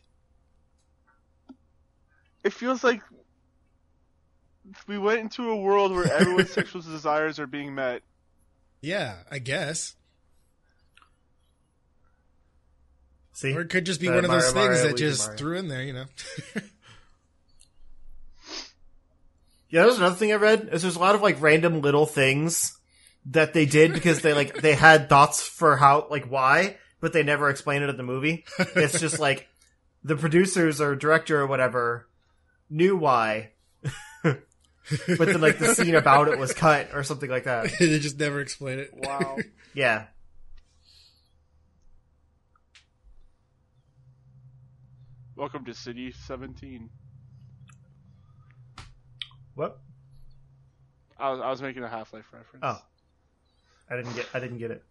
S1: It feels like we went into a world where everyone's sexual desires are being met.
S4: Yeah, I guess.
S3: See,
S4: Or it could just be
S3: Uh,
S4: one of those
S3: Mario, Mario,
S4: things that
S3: Luigi,
S4: just
S3: Mario.
S4: threw in there, you know. [laughs]
S3: Yeah, that was another thing I read. Is there's a lot of like random little things that they did because they like they had thoughts for how like why, but they never explained it in the movie. It's just like the producers or director or whatever knew why, [laughs] but then like the scene about it was cut or something like that.
S4: they just never explain it.
S1: Wow.
S3: Yeah,
S1: Welcome to City 17.
S3: what?
S1: I was, I was making a Half Life reference.
S3: Oh, I didn't get. I didn't get it.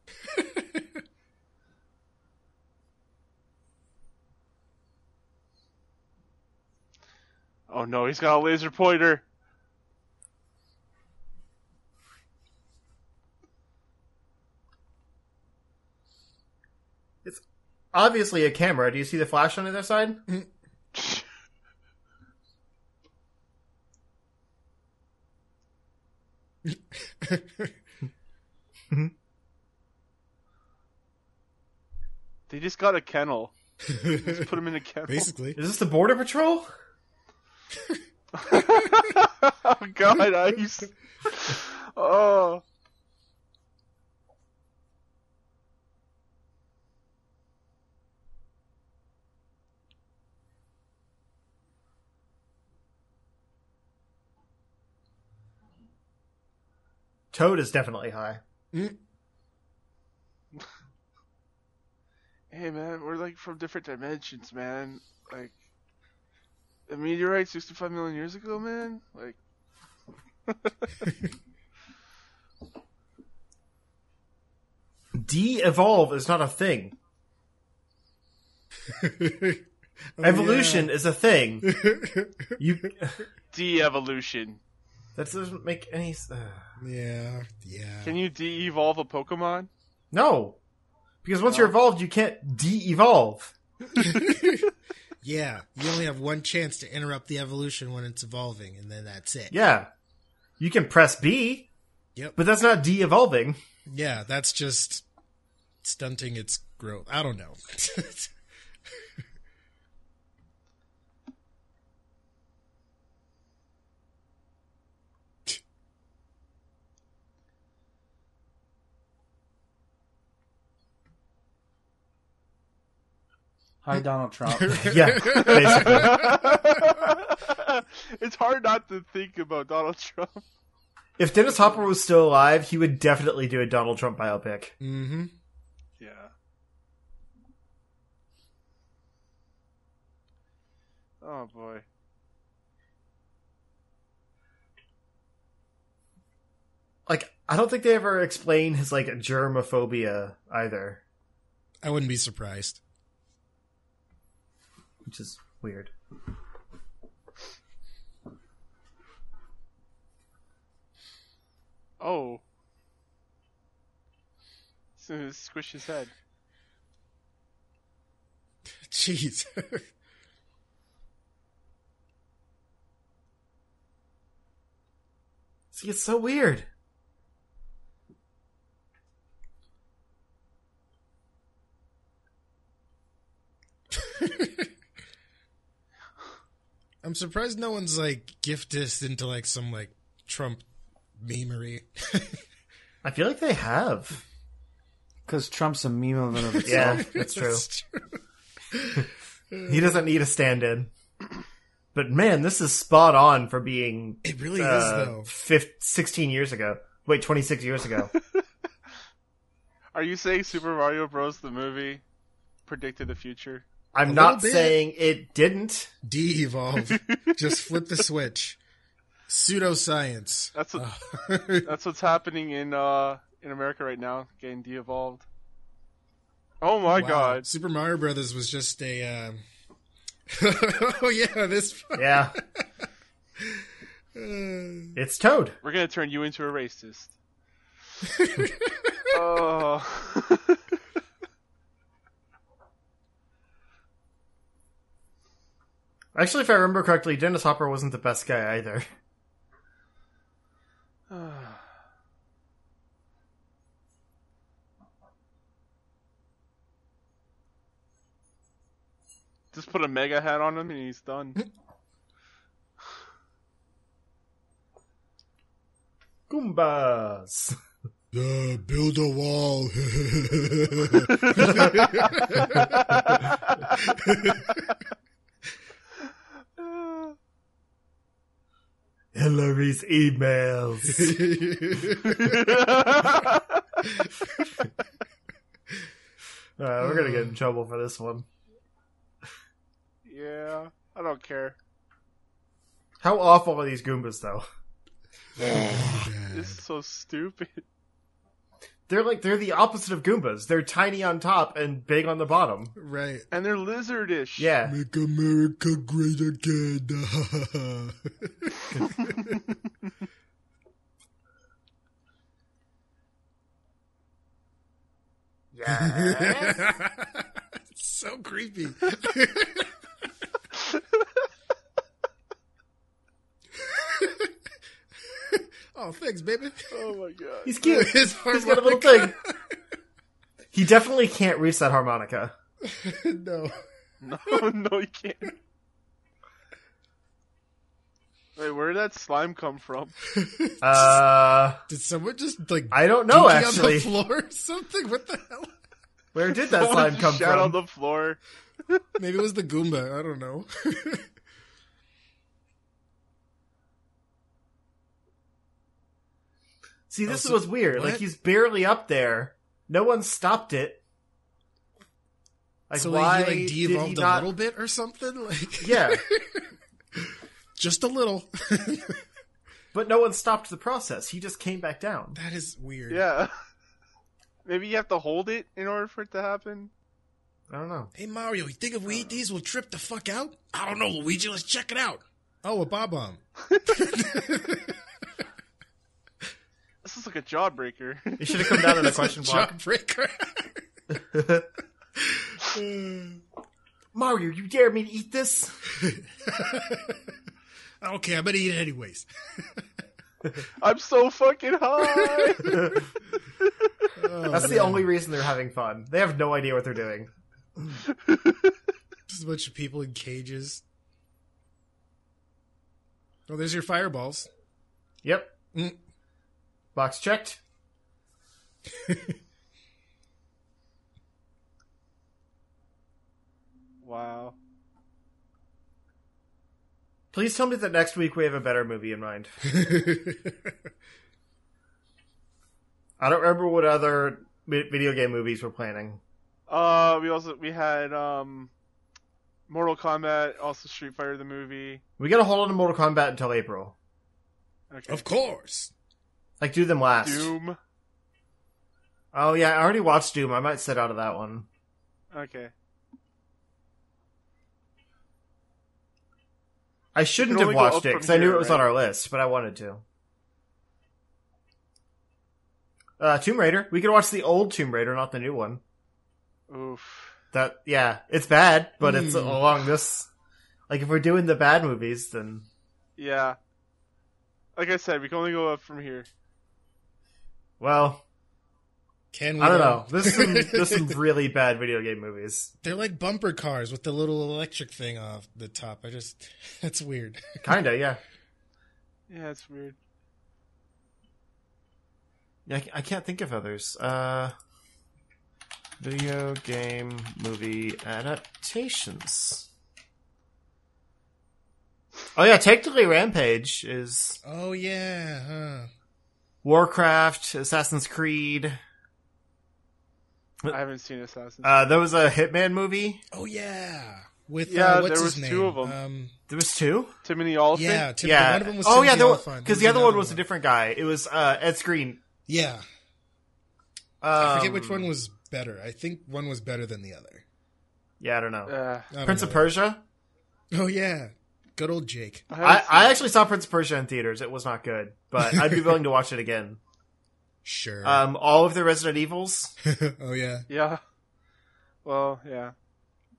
S1: Oh no, he's got a laser pointer.
S3: Obviously, a camera. Do you see the flash on the other side?
S1: They just got a kennel. Just put him in a kennel.
S4: [laughs] Basically.
S3: Is this the border patrol?
S1: [laughs] oh god, ice. Oh.
S3: Toad is definitely high.
S1: Hey man, we're like from different dimensions, man. Like the meteorite sixty five million years ago, man? Like
S3: De-evolve is not a thing. [laughs]
S4: Oh,
S3: Evolution is a thing. You
S1: de evolution.
S3: that doesn't make any. s- Uh,
S4: [laughs] Yeah, yeah.
S1: Can you de evolve a Pokemon?
S3: no, because once you're evolved, you can't de-evolve.
S4: yeah, you only have one chance to interrupt the evolution when it's evolving, and then that's it.
S3: Yeah, you can press B.
S4: Yep.
S3: but that's not de-evolving.
S4: Yeah, that's just stunting its growth. I don't know.
S2: Hi, Donald
S4: [laughs]
S2: Trump.
S3: [laughs] Yeah, basically.
S1: [laughs] it's hard not to think about Donald Trump. [laughs]
S3: If Dennis Hopper was still alive, he would definitely do a Donald Trump biopic.
S4: mm-hmm.
S1: Yeah. Oh boy.
S3: Like, I don't think they ever explain his like germophobia either,
S4: I wouldn't be surprised.
S3: which is weird.
S1: Oh. [laughs] So he squish his head.
S4: Jeez. [laughs]
S3: See, it's so weird.
S4: I'm surprised no one's like giftist into like some like Trump memery. [laughs]
S3: I feel like they have.
S2: Because Trump's a meme of it.
S4: [laughs]
S2: of-
S3: Yeah, that's true. He doesn't need a stand-in. But man, this is spot on for being
S4: It really is
S3: uh,
S4: though.
S3: 15, 16 years ago. Wait, 26 years
S4: [laughs]
S3: ago.
S1: Are you saying Super Mario Bros. the movie predicted the future?
S3: I'm
S4: A
S3: not
S4: little bit.
S3: saying it didn't. [laughs]
S4: De-evolve. Just flip the switch.
S1: [laughs]
S4: Pseudoscience. [laughs]
S1: That's what,
S4: Oh.
S1: that's what's happening in uh in America right now, getting de-evolved. Oh my
S4: Wow.
S1: god.
S4: Super Mario Brothers was just a. Um... [laughs] oh yeah, this. [laughs]
S3: Yeah,
S4: Uh,
S3: it's Toad.
S1: We're going to turn you into a racist. oh. [laughs]
S3: Actually, if I remember correctly, Dennis Hopper wasn't the best guy either. [laughs]
S1: [sighs] Just put a mega hat on him and he's done.
S3: Goombas.
S4: uh, build a
S3: [laughs]
S4: wall. [laughs]
S3: Hillary's
S4: [laughs]
S3: emails. uh, we're gonna get in trouble for this one.
S1: yeah, I don't care.
S3: How awful are these Goombas, though? [laughs]
S1: This is so stupid.
S3: They're like they're the opposite of Goombas. They're tiny on top and big on the bottom.
S4: right.
S1: And they're lizardish.
S3: Yeah,
S4: Make America great again. [laughs]
S3: yeah.
S4: so [laughs] creepy. oh, thanks, baby.
S1: Oh my god.
S3: [laughs] [laughs] He's cute.
S4: [laughs] His
S3: He's got a little thing. He definitely can't reach that harmonica.
S4: thing. [laughs] no.
S1: No, [laughs] no, you can't. Wait, where did that slime come from?
S3: Uh,
S4: Did someone just like
S3: I don't know.
S4: puking on
S3: Actually,
S4: the floor or something? What the hell?
S3: [laughs] [laughs] where did that
S1: Someone
S3: slime
S1: just
S3: come
S1: shat
S3: from?
S1: on the floor.
S4: Maybe it was the Goomba. I don't know. [laughs]
S3: See, this
S4: so-
S3: was weird. Like
S4: what?
S3: he's barely up there. No one stopped it. Like
S4: so
S3: why
S4: like, he like
S3: did he
S4: de-evolved
S3: not?
S4: a little bit or something, [laughs]
S3: [laughs]
S4: like
S3: Yeah,
S4: just a little. [laughs]
S3: but no one stopped the process. He just came back down.
S4: that is weird.
S1: Yeah. [laughs] Maybe you have to hold it in order for it to happen.
S3: I don't know.
S4: Hey Mario, you think if we eat these, we'll trip the fuck out? I don't know, Luigi. Let's check it out. Oh, a bob bomb.
S1: This is like a jawbreaker. [laughs]
S3: It should have come [laughs] down to the
S4: [laughs]
S3: question block.
S4: Jawbreaker.
S3: Mario, you dare me to eat this?
S4: I don't care. I'm gonna eat it anyways.
S1: I'm so fucking
S3: [laughs]
S1: high.
S4: Oh,
S3: That's the
S4: man.
S3: only reason they're having fun. They have no idea what they're doing.
S4: Just a bunch of people in cages. Oh, there's your fireballs. [laughs]
S3: Yep.
S4: Mm.
S3: Box checked.
S1: wow.
S3: Please tell me that next week we have a better movie in mind. I don't remember what other vi- video game movies we're planning.
S1: Uh, we also we had um, Mortal Kombat, also Street Fighter the movie.
S3: We gotta hold on to Mortal Kombat until April.
S1: Okay.
S4: of course.
S3: Like, do them last.
S1: Doom.
S3: Oh, yeah, I already watched Doom. I might sit out of that one.
S1: Okay.
S3: I shouldn't
S1: can only
S3: have
S1: go
S3: watched
S1: up
S3: it
S1: from
S3: because I knew
S1: here,
S3: it was
S1: right?
S3: on our list, but I wanted to. Uh, Tomb Raider. We could watch the old Tomb Raider, not the new one.
S1: Oof.
S3: That yeah, it's bad, but it's
S4: Hmm.
S3: along this. Like if we're doing the bad movies, then
S1: Yeah. Like I said, we can only go up from here.
S3: well,
S4: Can we?
S3: I don't
S4: though?
S3: know. There's some there's
S4: [laughs]
S3: some really bad video game movies.
S4: They're like bumper cars with the little electric thing off the top. I just [laughs] that's weird.
S3: Kinda, yeah.
S1: Yeah, it's weird.
S3: Yeah, I ca- I can't think of others. Uh, video game movie adaptations. Oh yeah, technically Rampage is
S4: Oh yeah, huh.
S3: Warcraft, Assassin's Creed.
S1: I haven't seen Assassin's.
S3: Uh, there was a Hitman movie.
S4: Oh yeah. With
S1: Yeah,
S4: uh, what's
S1: there
S4: his
S1: was
S4: name?
S1: two of 'em.
S4: Um,
S3: There was two.
S1: Timothy Olyphant.
S4: yeah, Tim,
S3: yeah.
S4: One of them was
S3: oh yeah,
S4: Timothy
S3: because
S4: Olyphant. There
S3: the other
S4: another
S3: one was a different guy. It was uh, Ed Screen.
S4: Yeah,
S3: Um,
S4: I forget which one was better. I think one was better than the other.
S3: Yeah, I don't know.
S1: Uh,
S4: I don't
S3: Prince of
S4: know.
S3: Persia.
S4: Oh yeah, good old Jake.
S1: I, haven't
S3: I,
S1: seen
S3: I
S1: it.
S3: actually saw Prince of Persia in theaters. It was not good, but I'd be willing to watch it again.
S4: Sure.
S3: Um, all of the Resident Evils,
S4: [laughs] oh yeah.
S1: Yeah. [laughs] Well, yeah.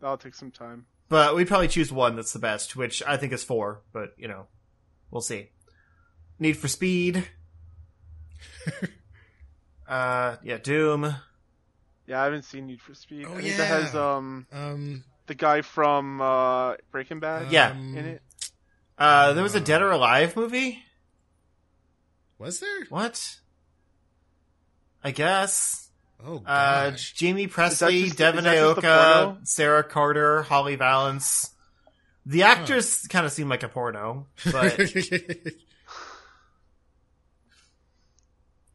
S1: That'll take some time.
S3: but we'd probably choose one that's the best, which I think is four. But you know, we'll see. Need for
S1: [laughs]
S3: Speed. uh, yeah, Doom.
S1: Yeah, I haven't seen Need for Speed.
S4: Oh,
S1: I think that has
S4: yeah.
S1: um
S4: Um.
S1: the guy from uh, Breaking Bad
S3: Yeah.
S4: um,
S1: in it.
S3: Uh, there was a Dead or Alive movie.
S4: Was there?
S3: What? I guess.
S4: Oh
S3: Uh,
S4: gosh.
S3: Jamie Presley,
S1: just-
S3: Devin
S1: is that just the porno?
S3: Aoka, Sarah Carter, Holly Valance. The actors kind of seem like a porno, but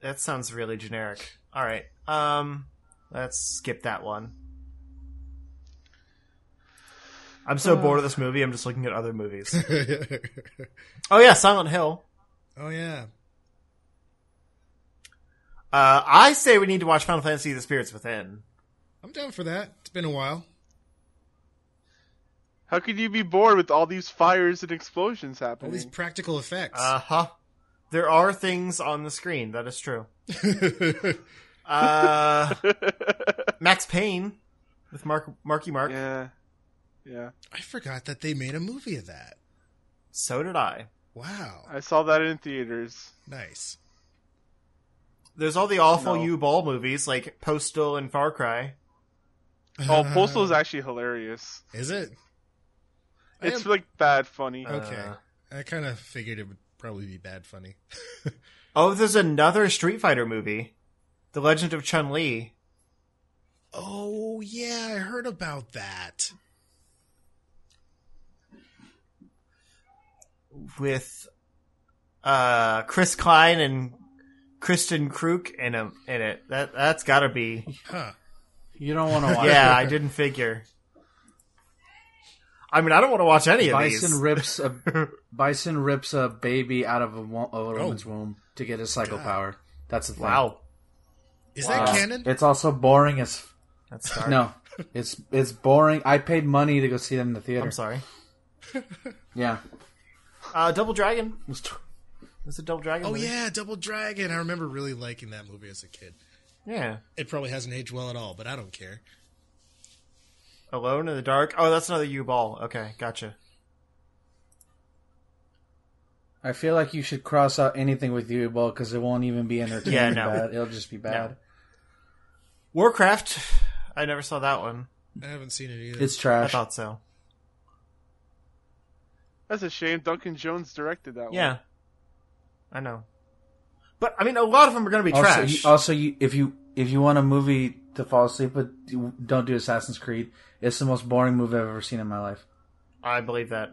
S3: that sounds really generic. All right, um, let's skip that one. I'm so bored of this movie. I'm just looking at
S1: [laughs]
S3: other movies. Oh yeah, Silent Hill.
S4: [laughs] oh yeah.
S3: Uh, I say we need to watch Final Fantasy: The Spirits Within.
S4: I'm down for that. It's been a while.
S1: How could you be bored with all these fires and explosions
S4: All
S1: happening?
S4: these practical effects. [laughs]
S3: Uh huh. There are things on the screen. That is true.
S1: [laughs]
S3: Uh, Max Payne with Mark Marky Mark.
S1: yeah. Yeah.
S4: I forgot that they made a movie of that.
S3: So did I.
S4: Wow.
S1: I saw that in theaters.
S4: Nice.
S3: There's all the awful
S1: No.
S3: U Ball movies like Postal and Far Cry.
S4: [laughs]
S1: Oh, Postal is actually hilarious.
S4: Is it? I
S1: It's
S4: am-
S1: like bad funny.
S3: Uh,
S4: okay. I kind of figured it would probably be bad funny.
S3: Oh, there's another Street Fighter movie, The Legend of Chun Li.
S4: Oh yeah, I heard about that.
S3: with uh, Chris Klein and Kristen Kruk in a, in it. That that's got to be.
S4: Huh.
S2: You don't want to watch.
S3: Yeah, I didn't figure. I mean, I don't want to watch any of
S2: Bison
S3: these.
S2: rips [laughs] a bison rips a baby out of a, wo- a woman's womb to get his psycho
S4: God.
S2: power. That's the thing.
S3: Wow,
S4: Is
S2: Uh,
S4: that canon?
S2: It's also boring as
S3: that's dark.
S2: no. It's it's boring. I paid money to go see them in the theater.
S3: I'm sorry.
S2: Yeah,
S3: Uh, Double Dragon.
S2: It was tw-
S3: Was it Double Dragon?
S4: Oh
S3: movie?
S4: yeah, Double Dragon. I remember really liking that movie as a kid.
S3: yeah.
S4: It probably hasn't aged well at all, but I don't care.
S3: Alone in the dark. Oh, that's another U ball. Okay, gotcha.
S2: I feel like you should cross out anything with you ball because it won't even be entertaining.
S3: Yeah, no.
S2: bad. It'll just be bad.
S3: Warcraft. I never saw that one.
S4: I haven't seen it either.
S2: It's
S3: I
S2: trash.
S3: thought so.
S1: That's a shame. Duncan Jones directed that one.
S3: Yeah, I know. But I mean, a lot of them are going to be
S2: also,
S3: trash.
S2: You, also, you if you if you want a movie to fall asleep with, you- don't do Assassin's Creed. It's the most boring movie I've ever seen in my life.
S3: I believe that.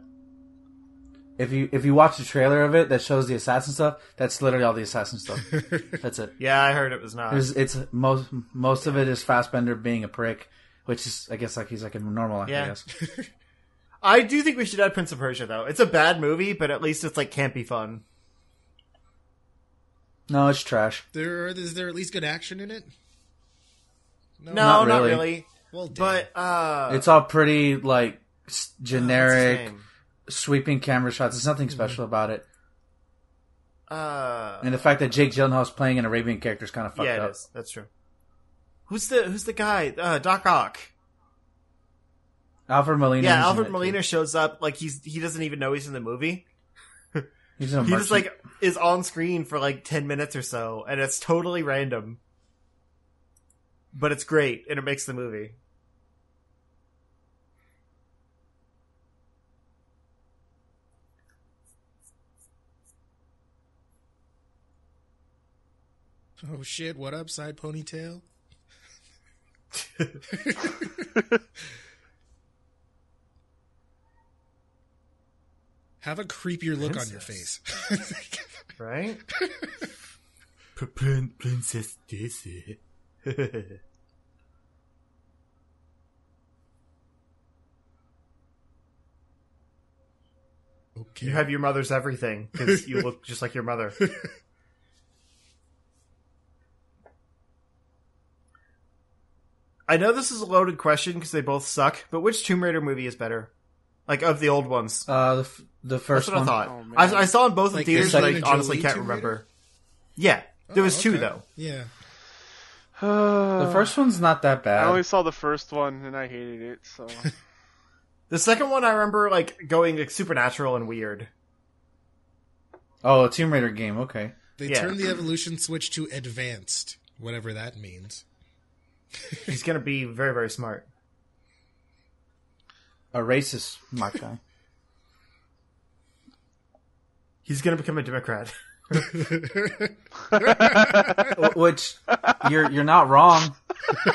S2: If you if you watch the trailer of it that shows the assassin stuff, that's literally all the assassin
S3: [laughs]
S2: stuff. that's it.
S3: Yeah, I heard it was not.
S2: There's, it's most most of it is Fassbender being a prick, which is I guess like he's like a normal actor.
S3: Yeah.
S2: I guess.
S3: I do think we should add Prince of Persia though. It's a bad movie, but at least it's like campy fun.
S2: No, it's trash.
S4: There are, is there at least good action in it?
S3: No,
S2: Not
S3: not really.
S2: really.
S4: Well, damn.
S3: But uh,
S2: it's all pretty like s-
S3: what's his
S2: generic
S3: name?
S2: sweeping camera shots. There's
S3: Mm-hmm.
S2: nothing special about it,
S3: Uh,
S2: and the fact that Jake Gyllenhaal's playing an Arabian character is kind of fucked
S3: yeah,
S2: up.
S3: it is. That's true. Who's the Who's the guy? Uh, Doc Ock.
S2: Alfred Molina.
S3: yeah,
S2: is in
S3: Alfred
S2: it,
S3: Molina shows up like he's he doesn't even know he's in the movie.
S2: too. He's in a
S3: He just
S2: merchant.
S3: like is on screen for like ten minutes or so, and it's totally random. But it's great, and it makes the movie.
S4: oh shit! What up,
S3: [laughs]
S4: side ponytail? Have a creepier look on your face.
S3: [laughs] Right?
S5: Princess Daisy.
S4: okay.
S3: You have your mother's everything because you look just like your mother. I know this is a loaded question because they both suck, but which Tomb Raider movie is better? Like of the old ones?
S2: uh, the, f- the first
S3: That's what
S2: one.
S3: I
S1: Oh,
S3: thought.
S1: man.
S3: I, I saw them both in
S4: Like the
S3: theaters, but I
S4: Angelina
S3: honestly
S4: Jolie
S3: can't
S4: Tomb
S3: remember.
S4: Raider?
S3: Yeah, there was
S4: Oh,
S3: two
S4: okay.
S3: though.
S4: Yeah.
S1: [sighs]
S2: The first one's not that
S1: I
S2: bad.
S1: only saw the first one and I hated it. So
S3: The second one I remember like going like supernatural and weird.
S2: Oh, a Tomb Raider game. Okay.
S4: They
S3: Yeah.
S4: turned the evolution switch to advanced, whatever that means.
S3: He's gonna be very very smart.
S2: A racist black guy.
S3: He's gonna become a Democrat.
S2: [laughs]
S3: [laughs]
S2: Wh- Which you're you're not wrong.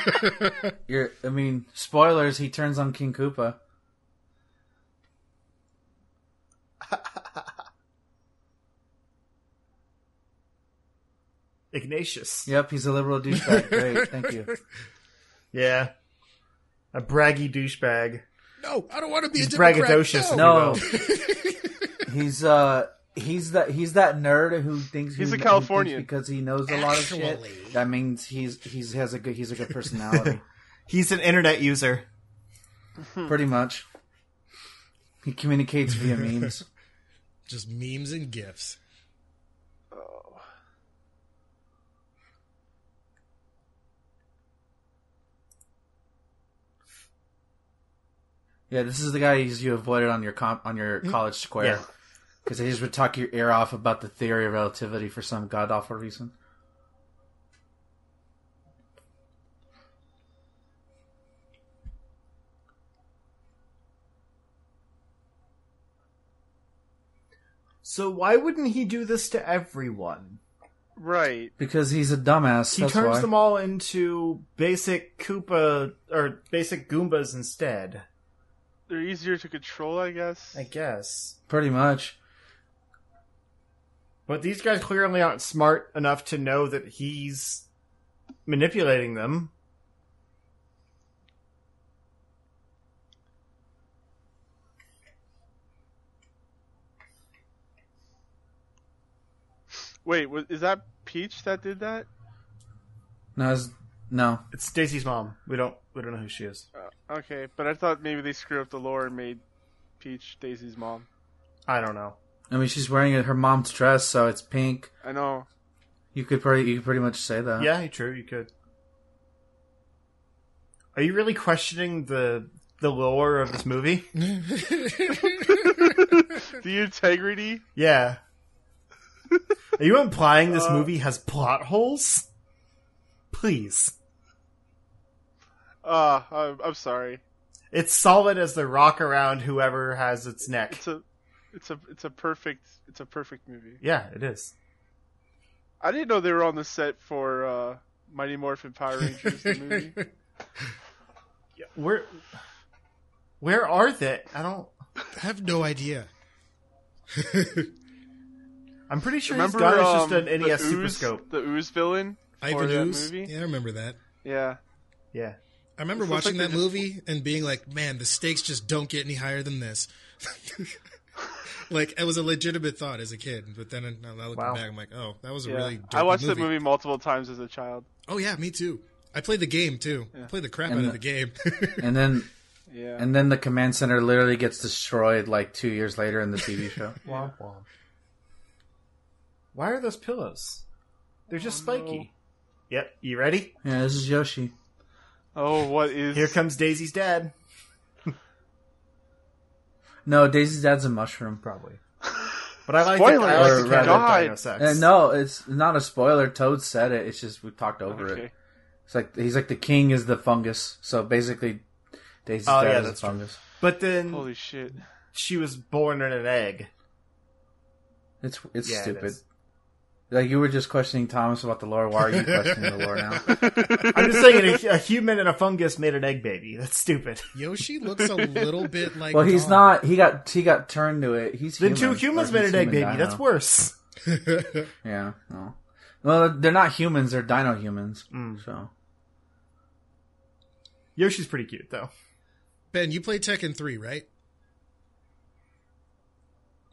S2: [laughs] You're I mean, spoilers, he turns on King Koopa.
S3: Ignatius.
S2: Yep, he's a liberal douchebag. Great, thank you.
S3: Yeah. A braggy douchebag.
S4: No, I don't want to be
S3: He's
S4: a Democrat.
S3: braggadocious.
S4: No.
S2: No. he's uh he's that he's that nerd who thinks
S1: He's
S2: who-
S1: a
S2: who
S1: Californian.
S2: thinks because he knows a lot of
S4: Actually.
S2: shit. That means he's he's has a good he's a good
S3: [laughs]
S2: personality.
S3: He's an internet user. Hmm.
S2: pretty much. He communicates via memes.
S4: [laughs]
S3: [laughs]
S4: Just memes and gifs.
S1: uh,
S2: Yeah, this is the guy you avoided on your comp, on your college square
S3: Hmm. Yeah.
S2: because he just would talk your ear off about the theory of relativity for some god awful reason.
S3: So why wouldn't he do this to everyone?
S1: right,
S2: Because he's a dumbass.
S3: He
S2: that's
S3: turns
S2: why.
S3: them all into basic Koopa or basic Goombas instead.
S1: they're easier to control, I guess.
S3: I guess.
S2: pretty much.
S3: But these guys clearly aren't smart enough to know that he's manipulating them.
S1: Wait, was, is that Peach that did that?
S2: No, it's, no.
S3: It's Stacy's mom. We don't we don't know who she is.
S1: Uh, okay, but I thought maybe they screwed up the lore and made Peach Daisy's mom.
S3: I don't know.
S2: I mean, she's wearing her mom's dress, so it's pink.
S1: I know.
S2: You could pretty you could pretty much say that.
S3: yeah, true. You could. Are you really questioning the the lore of this movie?
S1: The integrity.
S3: Yeah. Are you implying
S1: Uh,
S3: this movie has plot holes? Please.
S1: Uh, I'm, I'm sorry.
S3: It's solid as the rock around whoever has its neck.
S1: It's a, it's a, it's a perfect, it's a perfect movie.
S3: Yeah, it is.
S1: I didn't know they were on the set for uh, Mighty Morphin Power Rangers the
S4: [laughs]
S1: movie.
S3: Where Where are they? I don't
S4: I have no idea.
S3: I'm pretty sure
S1: Remember,
S3: he's got it's
S1: um,
S3: just an
S1: the
S3: NES Super
S1: ooze,
S3: Scope.
S1: the ooze villain for
S4: Ivan
S1: that
S4: Ooze.
S1: movie.
S4: Yeah, I remember that.
S1: Yeah.
S3: Yeah.
S4: I remember
S1: It's just
S4: watching
S1: like
S4: that
S1: they just-
S4: movie and being like, man, the stakes just don't get any higher than this. [laughs] like, it was a legitimate thought as a kid, but then now looking
S3: Wow.
S4: back, I'm like, oh, that was a
S1: yeah.
S4: really.
S1: I
S4: dorky
S1: watched that movie multiple times as a child.
S4: Oh yeah, me too. I played the game too. I played the crap
S2: And
S4: out
S2: the-
S4: of the game. [laughs]
S2: And then
S1: Yeah.
S2: and then the command center literally gets destroyed like two years later in the [laughs] TV show.
S3: Womp womp. Why are those pillows? They're just spiky. Yep, you ready?
S2: yeah, this is Yoshi.
S1: oh, what is?
S3: Here comes Daisy's dad.
S2: No, Daisy's dad's a mushroom.
S3: Probably. But I like the, I like
S2: Spoilers.
S3: the cat
S1: God.
S3: with dino
S2: Uh,
S3: sex.
S2: no, it's not a spoiler. Toad said it. It's just we talked over it.
S1: okay.
S2: It's like he's like the king is the fungus. So basically, Daisy's
S3: Oh,
S2: dad
S3: yeah,
S2: is a
S3: that's true.
S2: fungus.
S3: But then
S1: Holy shit.
S3: she was born in an egg.
S2: It's it's
S3: Yeah, it
S2: stupid.
S3: is.
S2: like you were just questioning Thomas about the lore. Why are you
S3: [laughs]
S2: questioning the lore now?
S3: I'm just saying,
S2: [laughs]
S3: a, a human and a fungus made an egg baby. That's stupid.
S4: Yoshi looks a little bit like.
S2: Well, he's
S4: Dawn.
S2: not. He got he got turned to it. He's
S3: Then
S2: human,
S3: two humans
S2: or
S3: made
S2: he's
S3: an egg
S2: human
S3: baby. That's
S2: dino.
S3: worse.
S2: Yeah. No. Well, they're not humans. They're dino humans.
S3: Mm.
S2: So
S3: Yoshi's pretty cute, though.
S4: [laughs] Ben, you play Tekken three, right?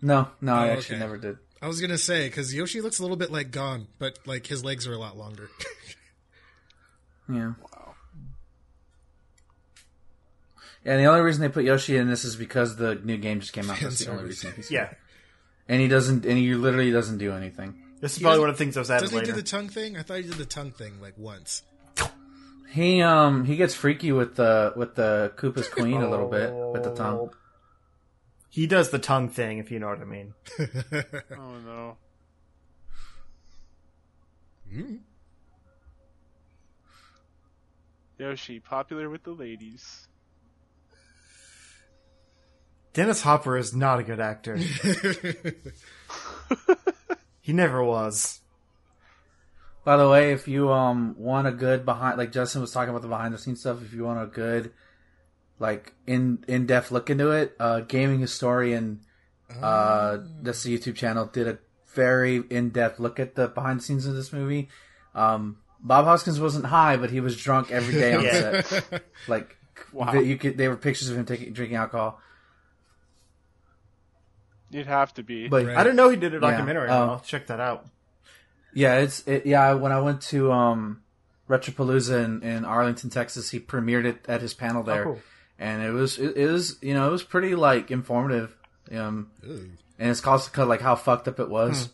S2: no, no, I
S4: Oh,
S2: actually
S4: okay.
S2: never did.
S4: I was gonna say because Yoshi looks a little bit like Gon, but like his legs are a lot longer.
S2: Yeah. Yeah, the only reason they put Yoshi in this is because the new game just came out.
S4: [laughs] Fan
S2: That's the only
S4: service.
S2: reason. He's
S3: Yeah.
S2: and he doesn't, and he literally doesn't do anything.
S3: This is probably
S4: doesn't-
S3: one of the things I was added
S4: Doesn't he do
S3: later.
S4: the tongue thing? I thought he did the tongue thing like once.
S2: He um he gets freaky with the with the Koopa's queen a little bit with the tongue.
S3: Oh. He does the tongue thing, if you know what I mean.
S1: [laughs] Oh no. Hmm. Yoshi, popular with the ladies.
S3: Dennis Hopper is not a
S2: [laughs]
S3: good actor. he never was.
S2: By the way, if you um want a good behind, like Justin was talking about the behind the scenes stuff, if you want a good, like in in depth look into it, uh, gaming historian, [laughs] uh, that's the YouTube channel did a very in depth look at the behind the scenes of this movie. Um, Bob Hoskins wasn't high, but he was drunk every day on
S3: [laughs] Yeah.
S2: set. Like, th- you could, they were pictures of him taking drinking alcohol.
S1: You'd have to be.
S2: But
S4: Right.
S3: I didn't know he did a
S2: Yeah.
S3: documentary.
S2: Oh.
S3: I'll check that out.
S2: Yeah, it's it, yeah. When I went to um, Retropalooza in, in Arlington, Texas, he premiered it at his panel there,
S3: Oh, cool.
S2: and it was it, it was you know it was pretty like informative, um,
S4: Ooh.
S2: and it's also kind of like how fucked up it was.
S3: Hmm.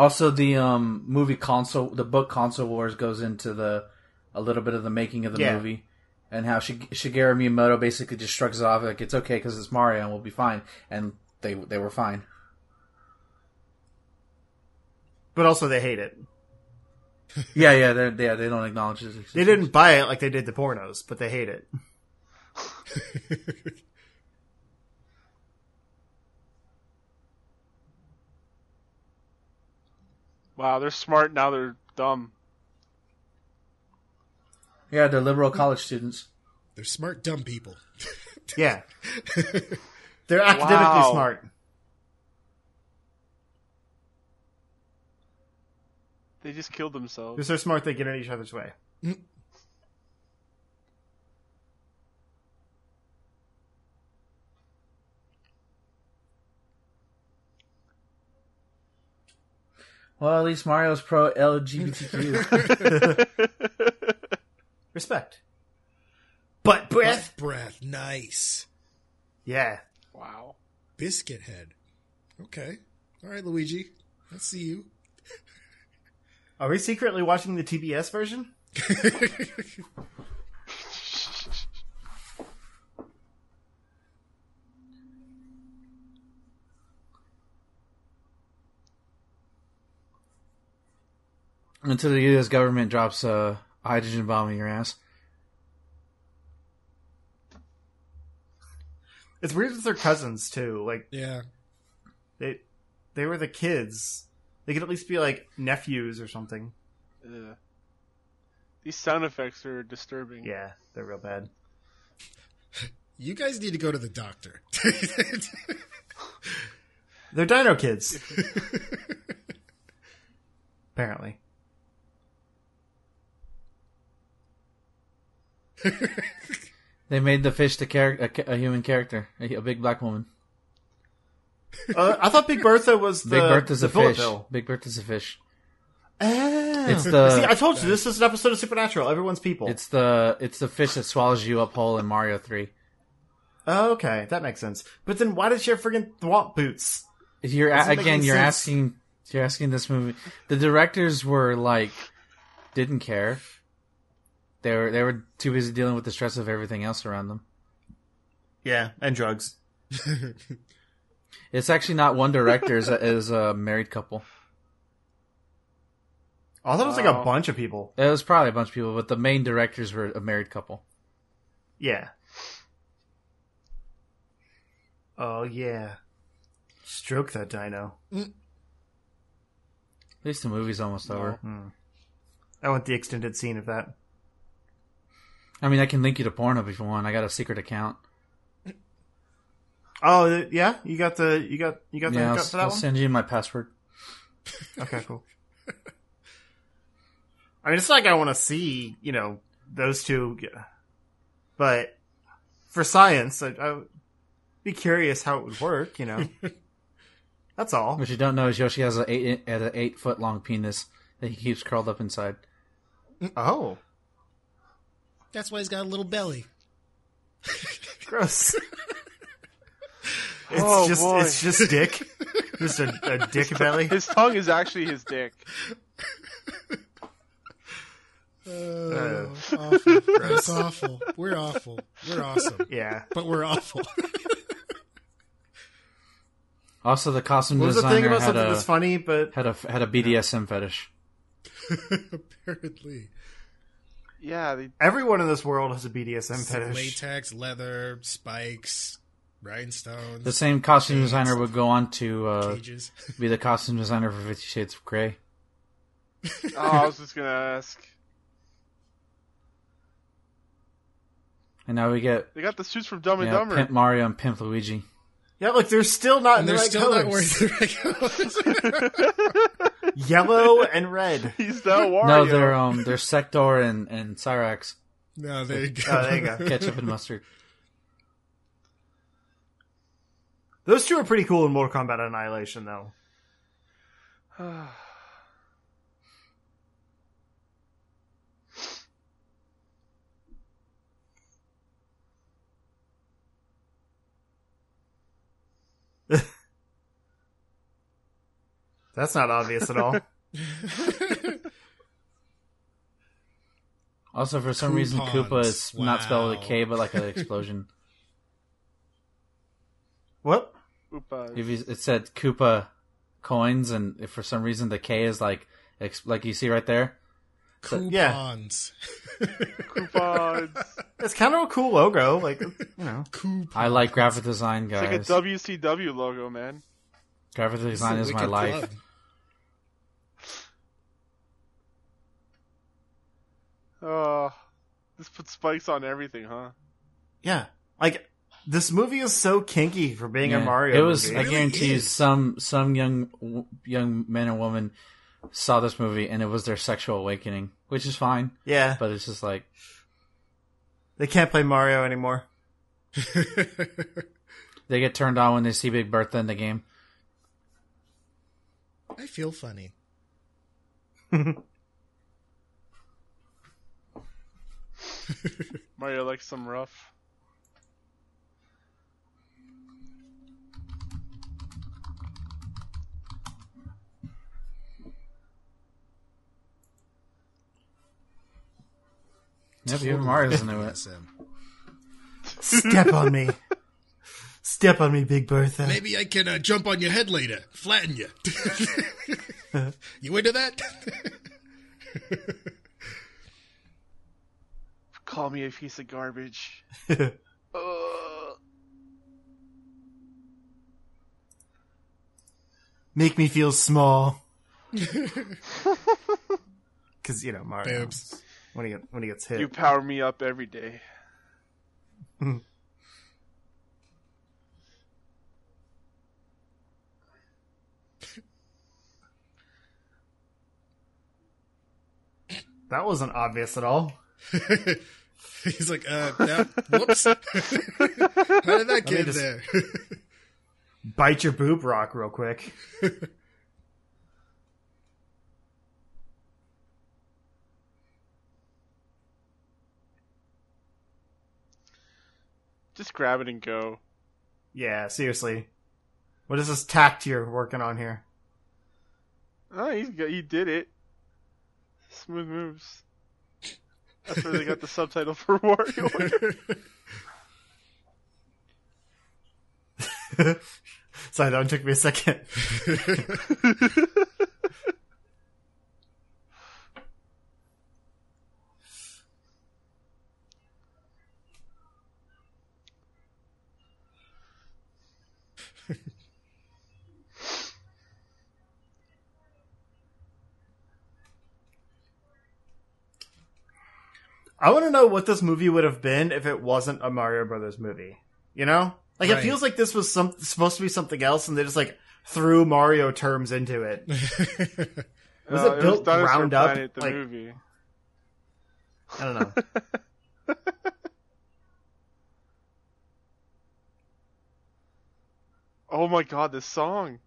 S2: Also, the um, movie console, the book console wars goes into the a little bit of the making of the
S3: Yeah.
S2: movie. And how Shig- Shigeru Miyamoto basically just shrugs it off like it's okay because it's Mario and we'll be fine, and they they were
S3: [laughs]
S2: fine.
S3: But also, they hate it.
S2: Yeah, yeah, they yeah they don't acknowledge it.
S3: They didn't buy it like they did the pornos, but they
S2: [laughs]
S3: hate it.
S1: Wow, they're smart now. They're dumb.
S2: Yeah, they're liberal college students.
S4: [laughs] They're smart, dumb people.
S3: Yeah. They're academically
S1: Wow.
S3: smart.
S1: They just killed themselves.
S3: They're so smart they get in each other's way.
S2: Well, at least Mario's pro
S3: [laughs]
S2: LGBTQ.
S3: Respect. Butt breath.
S4: Breath, breath, nice.
S3: Yeah.
S1: [laughs] Wow.
S4: Biscuit head. Okay. All right, Luigi. I see you. [laughs]
S3: Are we secretly watching the TBS version?
S2: Until the U.S. government drops a hydrogen bomb in your ass.
S3: It's weird that they're cousins too. Like
S4: yeah.
S3: they they were the kids. They could at least be like nephews or something.
S1: Ugh. These sound effects are disturbing.
S3: Yeah, they're real bad.
S4: You guys need to go to the doctor. [laughs]
S3: They're Dino Kids. Apparently.
S2: They made the fish the char- a, ca- a human character, a, a big black woman.
S3: Uh, I thought Big Bertha was the
S2: Big Bertha's
S3: the
S2: a fish.
S3: Bill.
S2: Big Bertha's a fish.
S3: Oh.
S2: It's the-
S3: See, I told you this is an episode of Supernatural. Everyone's people.
S2: It's the it's the fish that swallows you up whole in Mario Three.
S3: Oh, okay, that makes sense. But then why did she have friggin' thwomp boots?
S2: You're
S3: Doesn't make
S2: again.
S3: any
S2: You're
S3: sense.
S2: asking. You're asking this movie. The directors were like, didn't care. They were they were too busy dealing with the stress of everything else around them.
S3: Yeah, and drugs.
S2: It's actually not one director;
S3: [laughs]
S2: it's a, it's a married couple.
S3: Oh, I thought it was like
S1: Wow.
S3: a bunch of people.
S2: It was probably a bunch of people, but the main directors were a married couple.
S3: Yeah. Oh yeah. Stroke that dino.
S2: At least the movie's almost over.
S3: hmm. I want the extended scene of that.
S2: I mean, I can link you to Pornhub if you want. I got a secret account.
S3: Oh th- yeah, you got the you got you got the
S2: Yeah, I'll,
S3: hookup for that
S2: I'll
S3: one.
S2: send you my password.
S3: Okay, cool. I mean, it's not like I want to see you know those two, get- but for science, I, I would be curious how it would work.
S2: [laughs]
S3: You know, that's all.
S2: What you don't know is Yoshi has a eight at an eight foot long penis that he keeps curled up inside.
S3: Oh,
S4: That's why he's got a little belly.
S3: gross. [laughs] It's
S1: Oh,
S3: just
S1: boy.
S3: it's just dick, just a, [laughs] a dick belly.
S1: His tongue is actually his dick.
S3: Uh.
S4: Oh, awful.
S3: [laughs]
S4: That's awful. We're awful. We're awesome.
S3: Yeah.
S4: But we're awful. [laughs]
S2: Also, the costume
S3: What was the
S2: designer
S3: thing about
S2: had,
S3: something
S2: a,
S3: that's funny, but
S2: had a had a BDSM fetish.
S4: Apparently.
S1: Yeah, they,
S3: everyone in this world has a BDSM fetish.
S4: Latex, leather, spikes, rhinestones,
S2: The same costume
S4: Jeez.
S2: designer would go on to uh,
S4: [laughs] cages.
S2: be the costume designer for Fifty Shades of Grey.
S1: oh, I was just gonna ask.
S2: And now we get
S1: They got the suits from Dumb
S2: you
S1: and
S2: know,
S1: Dumber.
S2: Pimp Mario and Pimp Luigi.
S3: Yeah, look, they're still not in
S4: And
S3: the
S4: [laughs] they're "Oh,
S3: right
S4: still not wearing
S3: colors.
S4: the right colors.
S3: [laughs] Yellow and red.
S1: [laughs] He's now Wario.
S2: No, they're um they're Sector and and Cyrax,
S4: no, [laughs] there you go.
S3: Oh, there you go.
S2: ketchup and mustard.
S3: Those two are pretty cool in Mortal Kombat Annihilation, though.
S1: [sighs]
S3: That's not obvious
S2: [laughs]
S3: at all.
S2: Also, for some reason, Koopa
S4: Coupons.
S2: is not spelled with a
S4: Wow.
S2: K, but
S4: [laughs]
S2: like an explosion.
S3: What?
S1: Oopa.
S2: if you, it said Koopa coins, and if for some reason the K is like ex, like you see right there,
S3: yeah.
S4: [laughs] Coupons.
S2: [laughs]
S1: Coupons. It's
S3: It's kind of a cool logo. Like, you know,
S4: Coupons.
S2: I like graphic design, guys.
S1: like a WCW logo, man.
S2: graphic design is my life.
S1: Oh, this puts spikes on everything, huh?
S3: yeah. Like, this movie is so kinky for being a
S2: Yeah.
S3: Mario.
S2: It was.
S3: movie.
S2: I
S4: It really
S2: guarantee you,
S4: is.
S2: some some young w- young man and woman saw this movie and it was their sexual awakening, which is fine,
S3: Yeah,
S2: but it's just like
S3: they can't play Mario anymore. [laughs]
S4: [laughs]
S2: they get turned on when they see Big Bertha in the game.
S4: I feel funny.
S1: Mario likes some rough.
S2: Yep, even Mario's into [laughs] it.
S4: Awesome.
S3: Step on me. Step on me, Big Bertha.
S4: Maybe I can uh, jump on your head later, flatten you. [laughs] you into that? [laughs]
S1: Call me a piece of garbage.
S2: [laughs]
S1: Ugh.
S3: Make me feel
S4: [laughs]
S3: small. Because you know Mario
S4: Boobs.
S3: when he get, when he gets hit.
S1: you power me up every
S2: [laughs]
S1: day.
S3: That wasn't obvious at all.
S4: He's like, uh, no,
S2: [laughs]
S4: whoops. How did that get in
S3: just-
S4: there?
S3: Bite your boob rock real quick.
S1: Just grab it and go.
S3: Yeah, seriously. What is this tact you're working on here? [laughs]
S1: Oh, he's go- he did it. Smooth moves. That's where they got the subtitle for Wario.
S3: Sorry, that one took me a second.
S2: [laughs]
S3: I want to know what this movie would have been if it wasn't a Mario Brothers movie. You know, like it
S4: Right.
S3: feels like this was some supposed to be something else, and they just like threw Mario terms into it.
S4: [laughs]
S2: [laughs]
S3: Was
S1: Uh,
S3: it built
S1: Dinosaur
S3: ground up?
S1: Planet, the
S3: Like-
S1: movie.
S3: I [laughs] don't know.
S1: Oh my god, this song.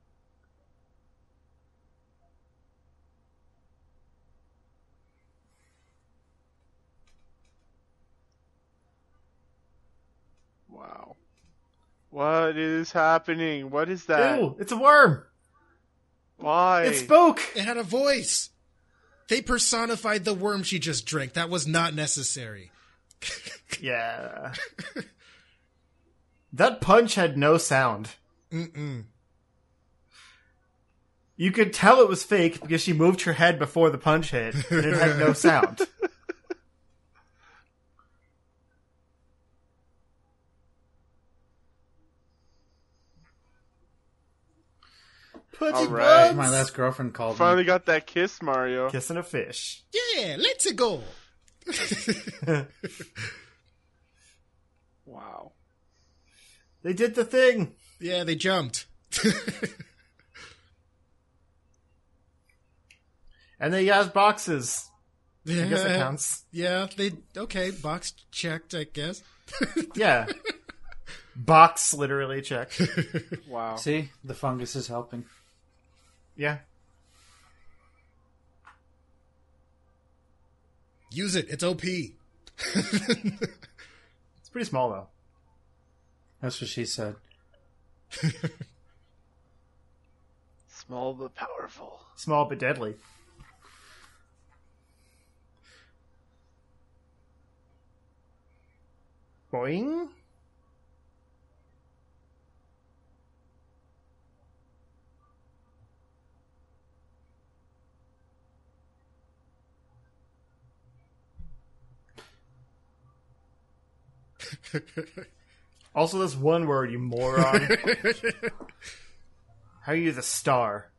S1: Wow. What is happening? What is that?
S3: Ew, it's a worm.
S1: Why?
S3: It spoke.
S4: it had a voice. They personified the worm she just drank. That was not necessary.
S3: Yeah. that punch had no sound.
S4: Mm-mm.
S3: You could tell it was fake because she moved her head before the punch hit, and it had [laughs] no sound. Punching
S1: Alright.
S2: My last girlfriend called
S1: Finally
S2: me.
S1: got that kiss, Mario.
S3: Kissing a fish.
S4: Yeah, let's it go.
S1: Wow.
S3: They did the thing.
S4: Yeah, they [laughs] jumped.
S3: And they has boxes.
S4: Yeah,
S3: I guess [laughs] that counts.
S4: yeah, they okay. Box checked, I guess.
S3: Yeah. Box literally check.
S1: Wow.
S2: See, the fungus is helping.
S3: Yeah.
S4: Use it. It's OP.
S3: It's pretty small though.
S2: That's what she said.
S1: Small but powerful.
S3: Small but deadly. Boing. also, this one word, you moron. How are you the [laughs] star?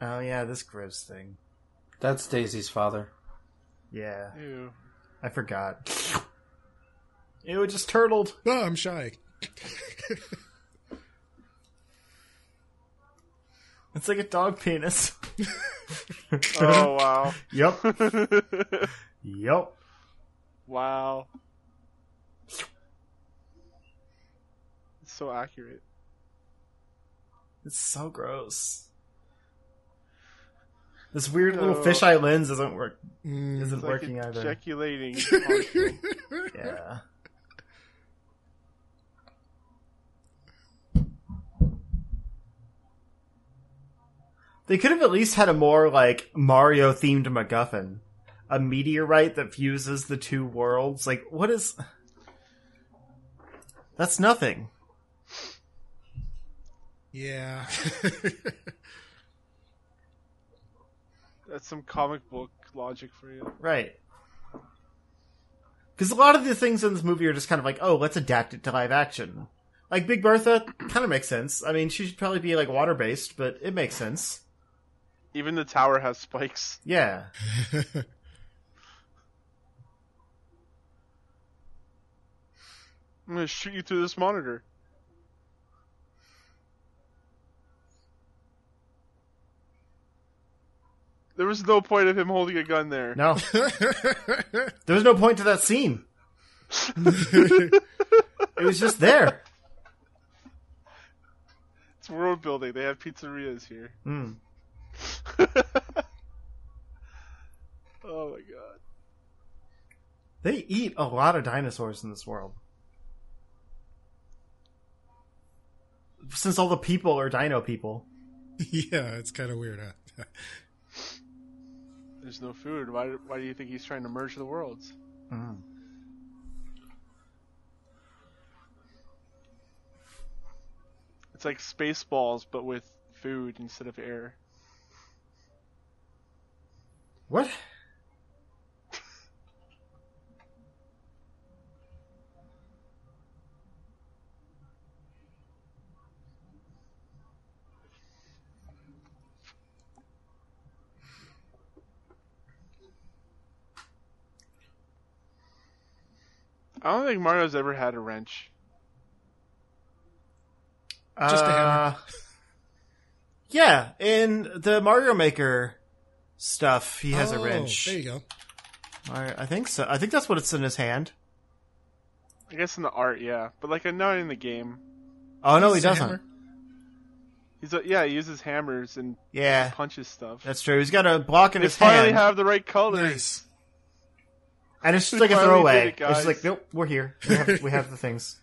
S3: Oh yeah, this gross thing.
S2: That's Daisy's father.
S3: Yeah, [laughs]
S1: Ew.
S3: I forgot. It was just turtled.
S4: [laughs] Oh, I'm shy.
S3: It's like a dog [laughs] penis.
S1: Oh wow.
S3: Yep.
S1: [laughs]
S3: Yep.
S1: wow. It's so accurate.
S3: It's so gross. This weird little
S1: Oh.
S3: fisheye lens doesn't work.
S4: Mm.
S3: Isn't
S1: It's like
S3: working either. [laughs]
S1: ejaculating.
S3: Yeah. They could have at least had a more like Mario themed MacGuffin, a meteorite that fuses the two worlds. Like, what is? That's nothing.
S4: [laughs] yeah. [laughs]
S1: That's some comic book logic for you.
S3: Right. Because a lot of the things in this movie are just kind of like, oh, let's adapt it to live action. Like Big Bertha kind of makes sense. I mean, she should probably be like water based, but it makes sense.
S1: Even the tower has spikes.
S3: Yeah.
S1: I'm gonna shoot you through this monitor. There was no point of him holding a gun there.
S3: No, there was no point to that scene. It was just there.
S1: It's world building. They have pizzerias here. [laughs]
S3: Hmm.
S1: Oh my god.
S3: They eat a lot of dinosaurs in this world. Since all the people are dino people.
S4: yeah, it's kind of weird, huh?
S1: There's no food. Why, why do you think he's trying to merge the worlds?
S3: Mm.
S1: It's like Spaceballs, but with food instead of air.
S3: What?
S1: I don't think Mario's ever had a wrench.
S4: Just a hammer.
S3: Uh, yeah, in the Mario Maker stuff, he has a
S4: Oh,
S3: wrench.
S4: There you go.
S3: I, I think so. I think that's what it's in his hand.
S1: I guess in the art, yeah, but like not in the game.
S3: Oh no, he
S4: It's a
S3: doesn't.
S4: hammer.
S1: He's a, yeah, he uses hammers and
S3: Yeah,
S1: punches stuff.
S3: that's true. He's got a block in
S1: they
S3: his
S1: finally
S3: hand,
S1: have the right colors.
S4: Nice.
S3: and it's
S1: We
S3: just like a
S1: finally did
S3: throwaway.
S1: it,
S3: it's just like,
S1: guys.
S3: nope, we're here. We have, we have the things.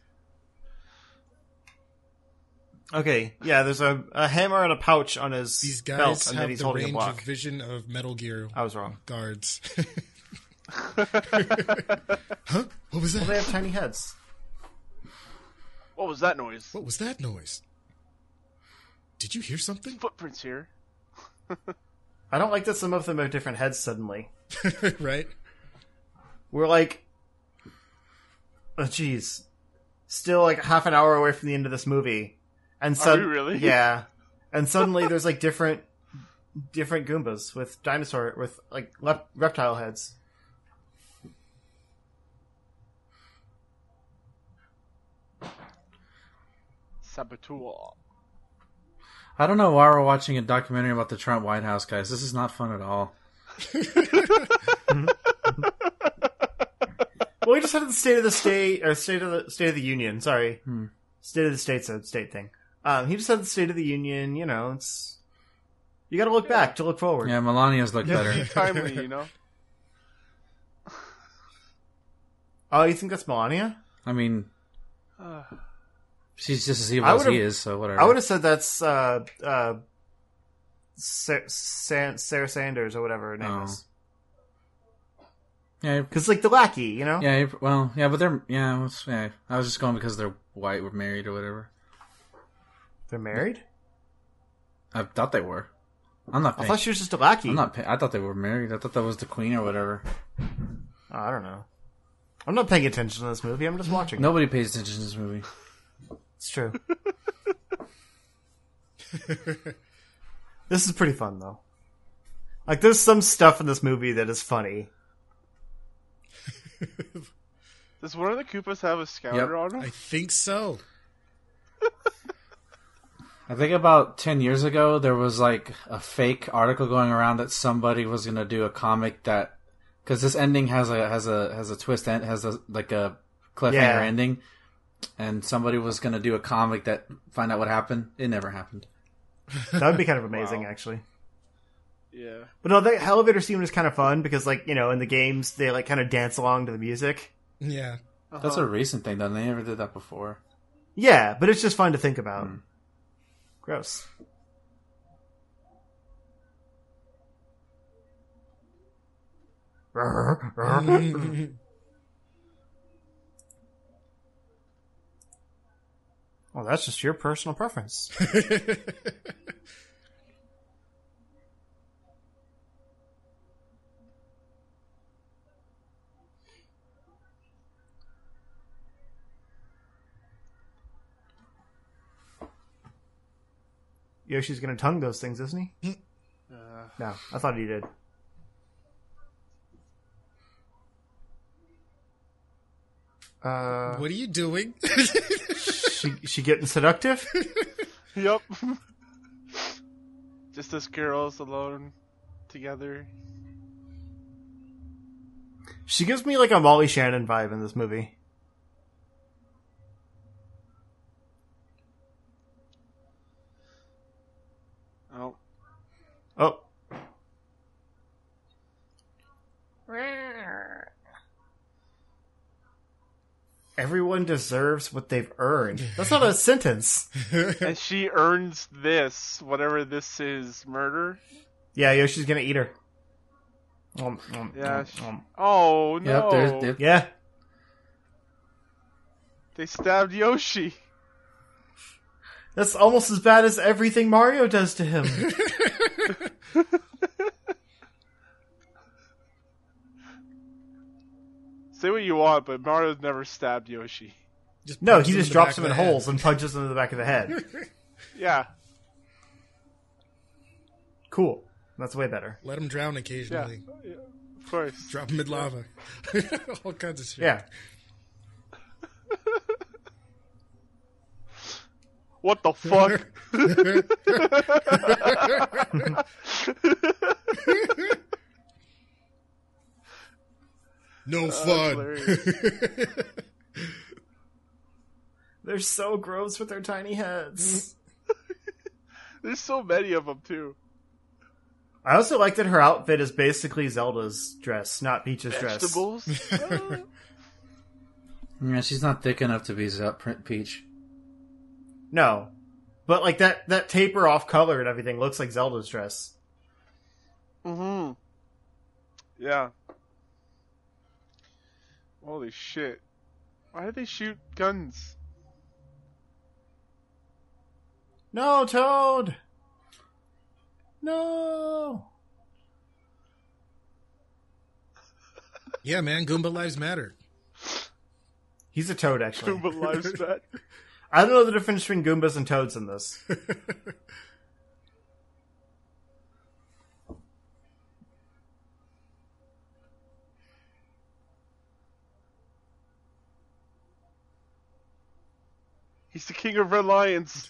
S3: Okay, yeah. There's a, a hammer and a pouch on his
S4: These
S3: belt,
S4: guys
S3: and then
S4: have
S3: he's
S4: the
S3: holding a
S4: range
S3: block.
S4: of vision of Metal Gear
S3: I was wrong.
S4: guards. [laughs]
S1: [laughs]
S4: huh? What was
S3: Well, they
S4: that?
S3: have tiny heads.
S1: What was that noise?
S4: What was that noise? Did you hear something? [laughs]
S1: Footprints here.
S3: I don't like that some of them have different heads suddenly.
S4: right?
S3: we're like oh jeez still like half an hour away from the end of this movie and so
S1: we really?
S3: yeah and suddenly there's like different different goombas with dinosaur with like lep- reptile heads
S1: Saboteur.
S2: I don't know why we're watching a documentary about the Trump White House, guys. This is not fun at all.
S3: well we just had the state of the state or state of the state of the union sorry
S2: Hmm.
S3: state of the state's a state thing um he just had the state of the union you know it's you gotta look back to look forward
S2: Yeah, Melania's look better.
S1: Timely, you [sighs] know.
S3: oh you think that's melania
S2: I mean,
S1: Uh,
S2: she's just as evil
S3: I
S2: as he
S3: would've-
S2: is, so whatever.
S3: I would have said that's uh, uh, Sa- San- Sarah Sanders or whatever her name
S2: Oh.
S3: is.
S2: yeah, you-
S3: Because like the lackey, you know.
S2: yeah. you- Well, yeah, but they're yeah, it's- yeah. I was just going because they're white, were married or whatever.
S3: They're married.
S2: I thought they were. I'm not.
S3: I
S2: Paying,
S3: thought she was just a lackey.
S2: I'm not. Pay, I thought they were married. I thought that was the queen or whatever.
S3: Oh, I don't know. I'm not paying attention to this movie. I'm just watching.
S2: Nobody pays attention to this movie.
S3: it's true. this is pretty fun though. Like there's some stuff in this movie that is funny.
S1: Does one of the Koopas have a scouter
S2: Yep.
S1: on him?
S4: I think so.
S2: I think about 10 years ago, there was like a fake article going around that somebody was going to do a comic that, cause this ending has a, has a, has a twist end, has a, like a cliffhanger
S3: Yeah.
S2: ending. And somebody was going to do a comic that find out what happened. It never happened.
S3: That would be kind of amazing,
S1: Wow.
S3: actually.
S1: Yeah.
S3: But no, the elevator scene was kind of fun because, like, you know, in the games they like kind of dance along to the music.
S4: Yeah.
S2: That's
S1: Uh-huh.
S2: a recent thing though. They never did that before.
S3: Yeah, but it's just fun to think about.
S2: Mm.
S3: Gross.
S4: Mm,
S3: Well, that's just your personal preference. Yoshi's gonna tongue those things, isn't he?
S1: Uh,
S3: [sniffs] No, I thought he did. Uh,
S4: what are you doing? [laughs]
S3: she she getting seductive? [laughs]
S1: [laughs] yep. Just us girls alone together.
S3: She gives me like a Molly Shannon vibe in this movie.
S1: Oh.
S3: Oh, everyone deserves what they've earned. That's [laughs] not a sentence.
S1: and she earns this, whatever this is, murder.
S3: Yeah, Yoshi's gonna eat her. Um, um,
S1: Yeah,
S3: um,
S1: she-
S3: um.
S1: Oh no!
S2: Yep. There's, there-
S3: yeah.
S1: They stabbed Yoshi.
S3: That's almost as bad as everything Mario does to him. [laughs]
S1: Say what you want, but Mario's never stabbed Yoshi.
S4: Just
S3: No,
S4: punch
S3: he
S4: him
S3: just
S4: the
S3: drops
S4: back
S3: him
S4: of
S3: in
S4: the head.
S3: holes and punches him in the back of the [laughs] head.
S1: Yeah,
S3: Cool. That's way better.
S4: Let him drown occasionally.
S1: of course.
S4: Drop him in lava. [laughs] All kinds of shit.
S3: Yeah.
S1: What the fuck?
S2: [laughs]
S4: No fun.
S1: hilarious.
S3: [laughs] They're so gross with their tiny heads.
S1: There's so many of them too.
S3: I also like that her outfit is basically Zelda's dress, not Peach's
S2: [laughs]
S3: dress.
S1: Vegetables. Ah.
S2: yeah, she's not thick enough to be Ze- Print Peach.
S3: No. But like that that taper off color and everything looks like Zelda's dress.
S1: Mm-hmm. Yeah. Holy shit. Why did they shoot guns?
S3: No, Toad. No.
S4: yeah, man. Goomba lives matter.
S3: He's a toad actually.
S1: [laughs] Goomba lives that.
S3: I don't know the difference between Goombas and Toads in this.
S1: He's the king of red lions.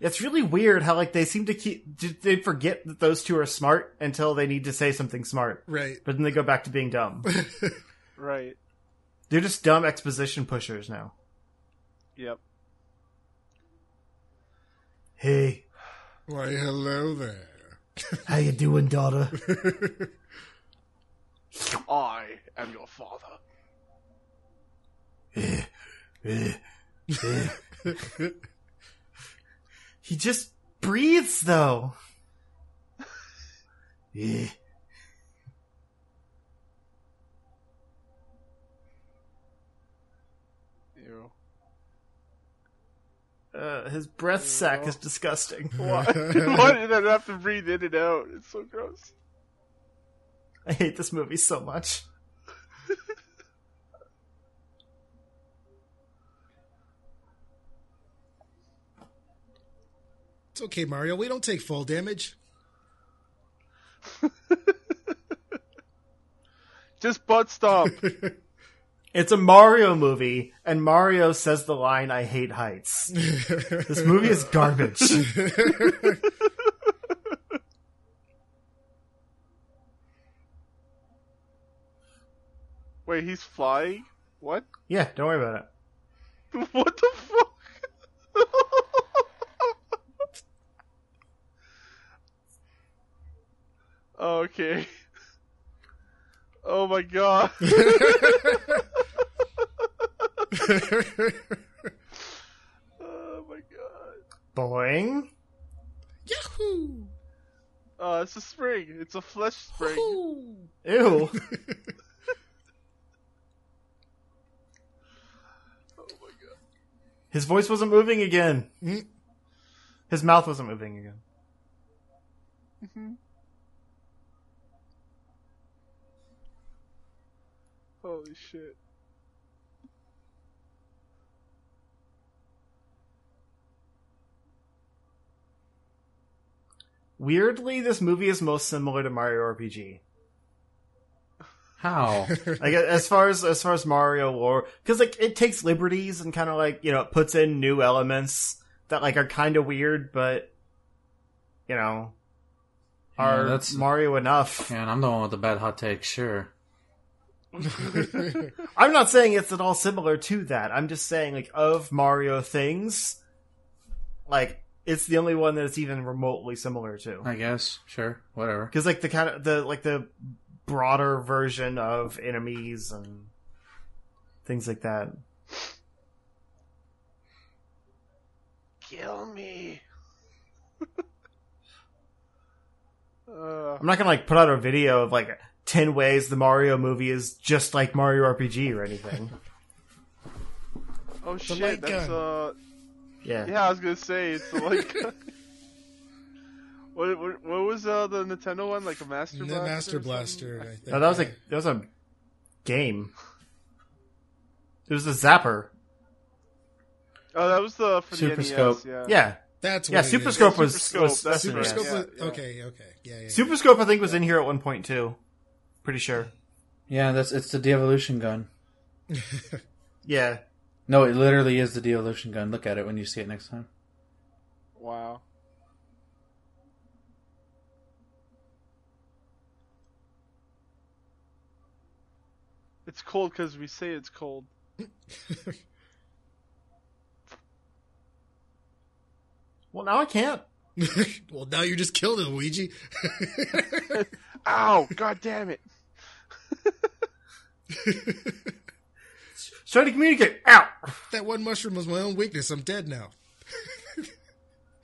S3: It's really weird how like they seem to keep d- they forget that those two are smart until they need to say something smart,
S4: Right.
S3: but then they go back to being dumb.
S1: Right.
S3: They're just dumb exposition pushers now.
S1: Yep.
S3: Hey,
S4: Why, hello there.
S3: how you doing, [laughs] daughter?
S1: I am your father.
S3: Eh, he just breathes though. [laughs] Eh.
S1: Ew.
S3: Uh, his breath sack is disgusting. [laughs]
S1: Why? [laughs] Why did I have to breathe in and out? It's so gross.
S3: I hate this movie so much.
S4: It's okay, Mario. We don't take fall damage.
S1: Just butt stomp.
S3: It's a Mario movie, and Mario says the line, I hate heights. This movie is [laughs] garbage.
S1: Wait, he's flying? What?
S3: yeah, don't worry about it.
S1: [laughs] What the fuck? okay. Oh my god. [laughs] Oh my god.
S3: Boing.
S4: Yahoo!
S1: Uh, it's a spring. It's a flesh spring.
S4: [laughs] Woohoo!
S3: Ew. [laughs] His voice wasn't moving again.
S4: Mm.
S3: His mouth wasn't moving again.
S1: Holy shit. [laughs]
S3: Weirdly, this movie is most similar to Mario
S2: [laughs]
S3: RPG.
S2: How?
S3: Like as far as as far as Mario lore, because like it takes liberties and kind of like you know it puts in new elements that like are kind of weird, but you know are
S2: Yeah, that's-
S3: Mario enough.
S2: Man, I'm the one with the bad hot take. Sure.
S3: I'm not saying it's at all similar to that. I'm just saying like of Mario things, like it's the only one that it's even remotely similar to.
S2: I guess. Sure. Whatever.
S3: because like the kind of the like the broader version of enemies and things like that
S1: Kill me. [laughs] uh,
S3: i'm not gonna like put out a video of like 10 ways the mario movie is just like mario rpg or
S4: [laughs]
S3: anything
S1: oh
S4: light
S1: shit, that's
S4: gun.
S1: uh
S3: yeah,
S1: yeah, I was gonna say [laughs] it's like what, what what was uh the Nintendo one? Like a Master
S4: The
S1: Blaster? or
S4: Master
S1: something?
S4: Blaster, I think.
S3: No, Oh, that was like that was a game it was a zapper
S1: Oh that was the for
S2: Super
S1: the NES,
S2: Scope.
S1: yeah.
S3: yeah
S4: That's
S3: yeah
S4: what it
S3: super
S4: is.
S3: scope
S1: Super
S3: was,
S1: Scope,
S3: was
S1: that's
S3: that's
S1: right.
S4: Super Scope.
S1: Yeah,
S4: was-
S1: yeah.
S4: Okay, okay, yeah, yeah. yeah.
S3: super scope i think was in here at one point too pretty sure
S2: Yeah, that's it's the de-evolution gun.
S3: yeah
S2: No, it literally is the de-evolution gun. Look at it when you see it next time.
S1: Wow. It's cold because we say it's cold.
S3: well now i can't
S4: [laughs] well, now you just killed it, Luigi.
S1: Ow! God damn it!
S3: try to communicate out
S4: [laughs] that one mushroom was my own weakness. I'm dead now.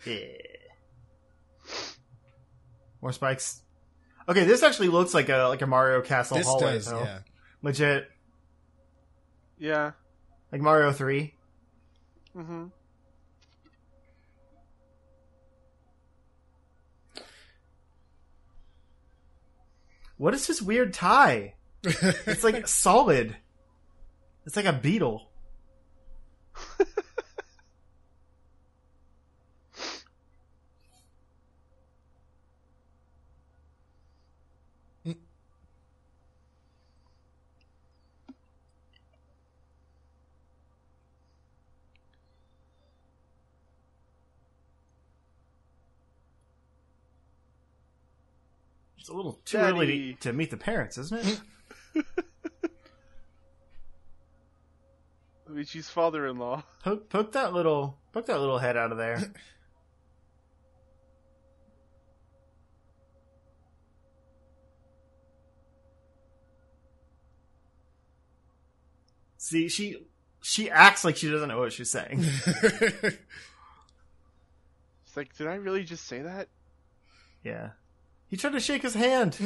S3: Yeah. More spikes. Okay, this actually looks like a like a Mario Castle
S4: this
S3: hallway
S4: does,
S3: though.
S4: yeah. [laughs]
S3: Legit.
S1: [laughs] Yeah.
S3: Like Mario 3.
S1: Mm-hmm.
S3: What is this weird tie? It's like solid. It's like a beetle. It's a little too early
S1: Daddy.
S3: to, to meet the parents, isn't it?
S1: Luigi's father-in-law.
S3: poke, poke that little poke that little head out of there. See, she she acts like she doesn't know what she's saying.
S1: It's like, did I really just say that?
S3: yeah. He tried to shake his hand.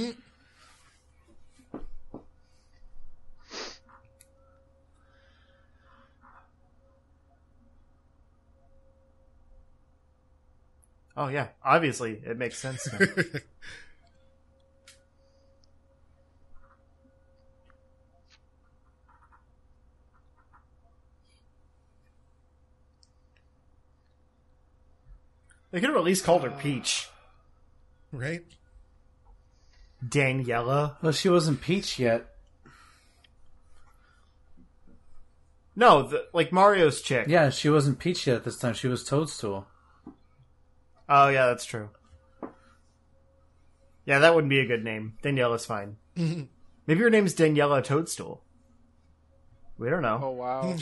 S3: Oh yeah, obviously it makes sense. Now.
S4: [laughs]
S3: they could have at least called her Peach.
S4: right?
S3: Daniela.
S2: Well, she wasn't Peach yet.
S3: No, the, like Mario's chick.
S2: Yeah, she wasn't Peach yet at this time. She was Toadstool.
S3: Oh yeah, that's true. Yeah, that wouldn't be a good name. Daniela's fine. Maybe your name's Daniela Toadstool. We don't know.
S1: Oh
S4: [laughs]
S1: wow.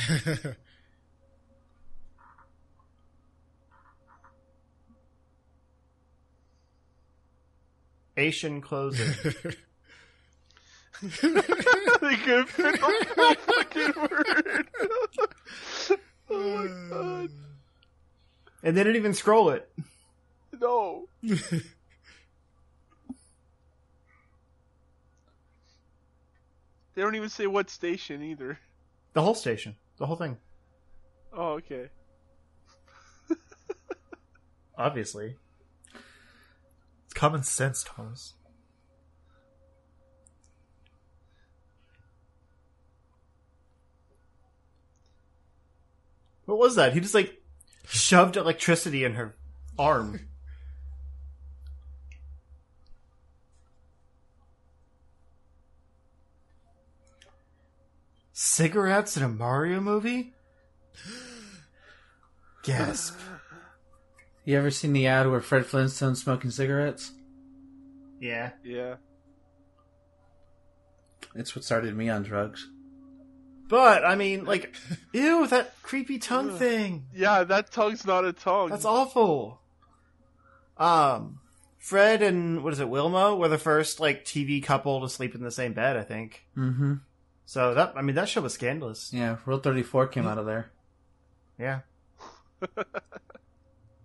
S3: Asian closer.
S1: they could have been a whole fucking word. [laughs] oh my god.
S3: and they didn't even scroll it.
S1: No. [laughs] they don't even say what station either.
S3: The whole station. The whole thing.
S1: Oh, okay.
S3: Obviously. It's common sense, Thomas. What was that? He just like shoved electricity in her arm. Cigarettes in a Mario movie? Gasp.
S2: You ever seen the ad where Fred Flintstone's smoking cigarettes?
S3: Yeah.
S1: Yeah.
S2: It's what started me on drugs.
S3: But I mean, like, ew, that creepy tongue thing.
S1: Yeah, that tongue's not a tongue.
S3: That's awful. Um, Fred and what is it, Wilma, were the first like TV couple to sleep in the same bed, I think.
S2: Mm-hmm.
S3: So that I mean, that show was scandalous.
S2: Yeah, Rule 34 came out of there.
S3: Yeah.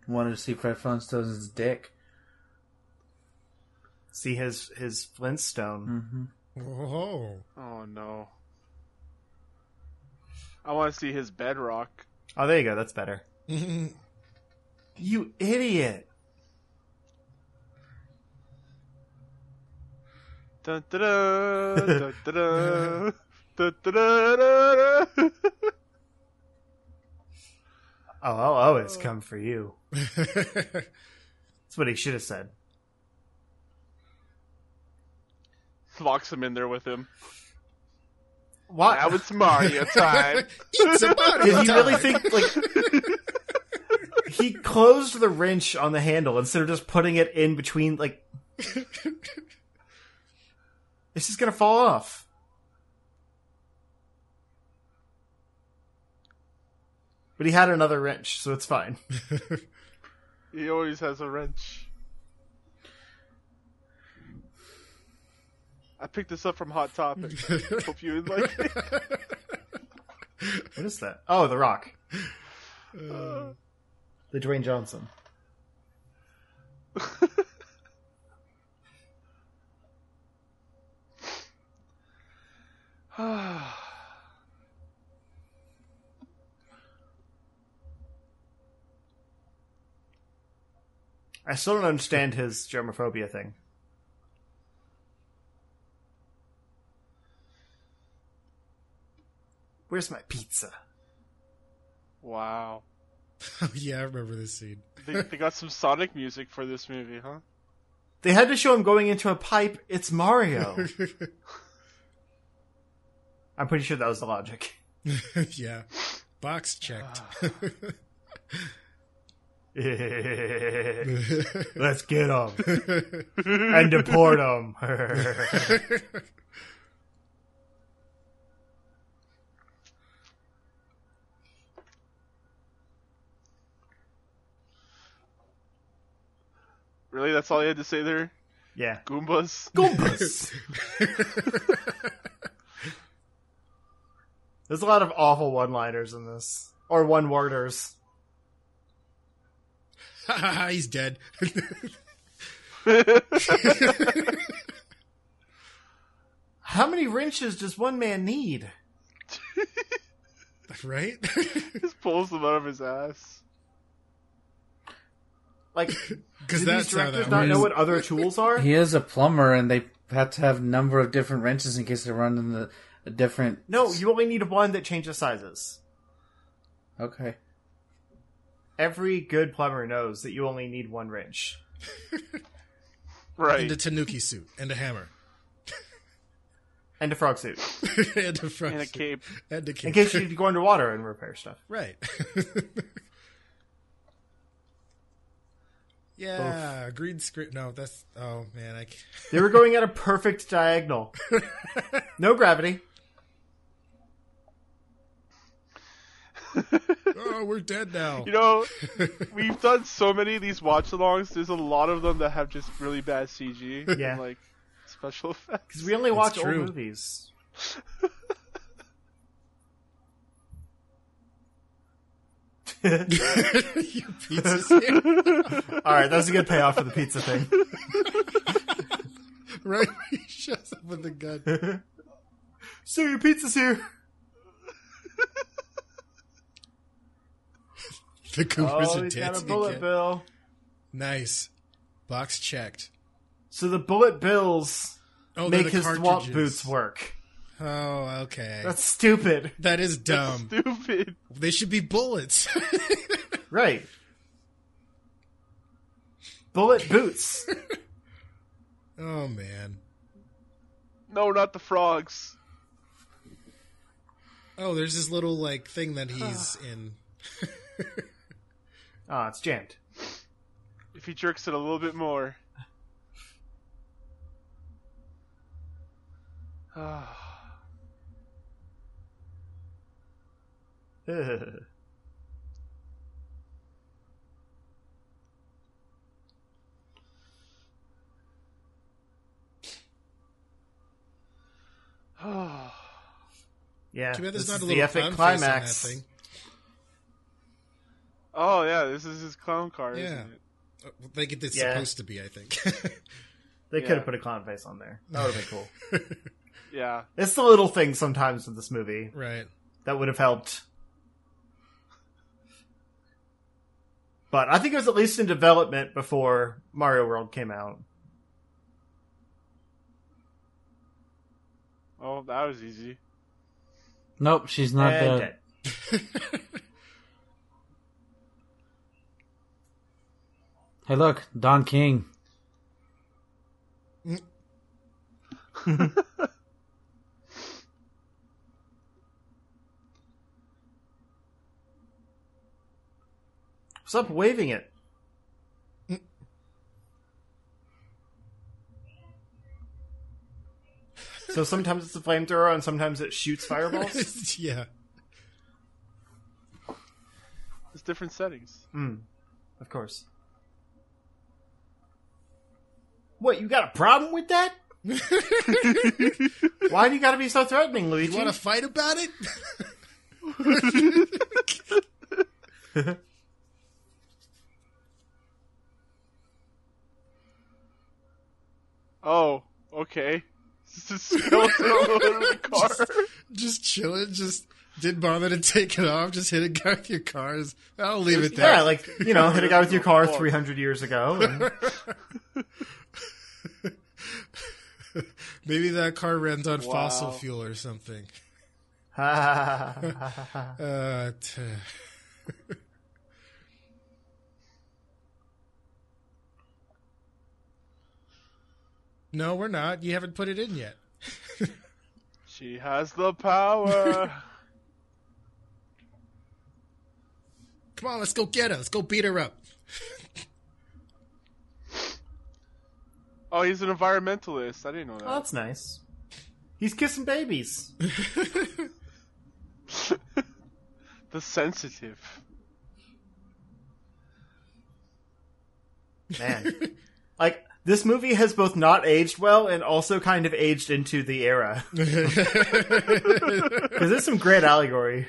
S2: Wanted to see Fred Flintstone's dick.
S3: See his his Flintstone.
S2: Mm-hmm.
S4: Whoa.
S1: Oh no. I want to see his bedrock.
S3: Oh, there you go. That's better.
S4: That's
S3: You idiot.
S1: Dun, dun, [laughs] dun, dun, dun, dun, dun, dun, dun, dun, [laughs] dun.
S3: Oh, I'll always come for you. That's what he should have said.
S1: Locks him in there with him. [laughs]
S3: Why?
S1: Now it's
S4: [laughs]
S1: Mario time.
S3: [laughs] Did you really think like he closed the wrench on the handle instead of just putting it in between? Like it's just gonna fall off. But he had another wrench, so it's fine.
S1: [laughs] he always has a wrench. I picked this up from Hot Topic. Hope you like it.
S3: What is that? Oh, The Rock,
S1: Uh,
S3: the Dwayne Johnson. I still don't understand his germophobia thing. Where's my pizza?
S1: [laughs] wow.
S4: oh, [laughs] yeah, I remember this scene.
S1: They, they got some Sonic music for this movie, huh?
S3: They had to show him going into a pipe. It's [laughs] Mario. I'm pretty sure that was the logic.
S4: [laughs] yeah. Box checked.
S3: [laughs] Let's get him [laughs] and deport him.
S1: Ah.
S4: [laughs]
S1: Really? That's all you had to say there?
S3: [laughs] yeah.
S1: Goombas? [laughs]
S3: Goombas. There's a lot of awful one-liners in this, or one-worders.
S4: [laughs] He's dead.
S3: How many wrenches does one man need? [laughs]
S4: right?
S1: Just pulls them out of his ass.
S3: [laughs] Like,
S4: Because
S3: do
S4: that's
S3: these
S4: how
S3: directors
S4: that
S3: not
S4: works.
S3: know what other tools
S2: [laughs]
S3: are?
S2: He is a plumber, and they have to have a number of different wrenches in case they run into a different.
S3: No, you only need one that changes sizes.
S2: Okay.
S3: Every good plumber knows that you only need one wrench.
S1: Right.
S4: and a tanuki suit and a hammer [laughs]
S3: and a frog [laughs] suit
S4: and a frog
S1: in a
S4: suit.
S1: cape.
S4: and a cape.
S3: in case you go underwater and repair stuff.
S4: [laughs] right. [laughs] yeah, green screen. No, that's oh man, I can't.
S3: [laughs] They were going at a perfect [laughs] diagonal. No gravity.
S4: oh we're dead now.
S1: You know, we've done so many of these watch alongs. There's a lot of them that have just really bad CG. and,
S3: Yeah.
S1: like special effects.
S3: [laughs] Because we only watch old
S4: true.
S3: movies.
S4: [laughs]
S3: [laughs]
S4: you pizzas,
S3: All right, that was a good payoff for the pizza thing.
S4: [laughs] right? [laughs] He shows up with a gun.
S3: [laughs] So your pizza's here.
S4: The Coopers
S3: Oh,
S4: are
S3: he's got a
S4: dancing
S3: bullet
S4: again.
S3: bill.
S4: Nice, box checked.
S3: So the bullet bills
S4: Oh, they're
S3: make
S4: the
S3: his swamp
S4: cartridges.
S3: boots work.
S4: Oh, okay. That's,
S3: That's stupid.
S1: [laughs]
S4: dumb.
S1: Stupid.
S4: They should be bullets. [laughs]
S3: Right. Bullet boots.
S4: oh man.
S1: No, not the frogs.
S4: Oh, there's this little like thing that [sighs] he's in.
S3: Ah, it's jammed. [laughs]
S1: If he jerks it a little bit more. [sighs] Oh,
S3: Ugh. yeah,
S4: Too bad
S3: this
S4: there's not
S3: is
S4: a
S3: the
S4: little
S3: epic
S4: clown face on that
S3: climax.
S4: thing.
S1: Oh yeah, this is his clown car,
S4: Yeah.
S1: isn't it?
S4: Uh, Like it's
S3: Yeah.
S4: supposed to be, I think. [laughs]
S3: They
S1: Yeah.
S3: could have put a clown face on there. That would have
S4: [laughs]
S3: been cool.
S1: Yeah.
S3: it's the little things sometimes in this movie [laughs]
S4: right.
S3: that would have helped. But I think it was at least in development before Mario World came out.
S1: Oh, that was easy.
S2: Nope, she's not
S3: And
S2: dead.
S3: dead.
S2: Hey, look, Don King.
S3: Stop waving
S4: [laughs]
S3: it. so sometimes it's a flamethrower and sometimes it shoots
S4: [laughs]
S3: fireballs? [laughs]
S4: yeah.
S1: It's different settings.
S3: Hmm. Of course. What, you got a problem with that? Why do you gotta be so threatening, Luigi?
S4: You want to fight about it? [laughs]
S1: Oh, okay. [laughs] This is
S3: [laughs]
S1: skeleton all over the car.
S4: just chilling. Just didn't bother to take it off. Just hit a guy with your cars. I'll leave it there.
S3: yeah, like, you know, hit a guy with your car 300 years ago. and-
S4: Maybe that car runs on fossil
S1: Wow.
S4: fuel or something.
S3: Ah.
S4: Uh, t- [laughs] no, we're not. You haven't put it in yet.
S1: She has the power.
S4: Come on, let's go get her. Let's go beat her up.
S1: oh, he's an environmentalist. I didn't know that.
S3: Oh, that's nice. He's kissing babies.
S1: the sensitive.
S3: Man. like, this movie has both not aged well and also kind of aged into the era. Because there's some great allegory.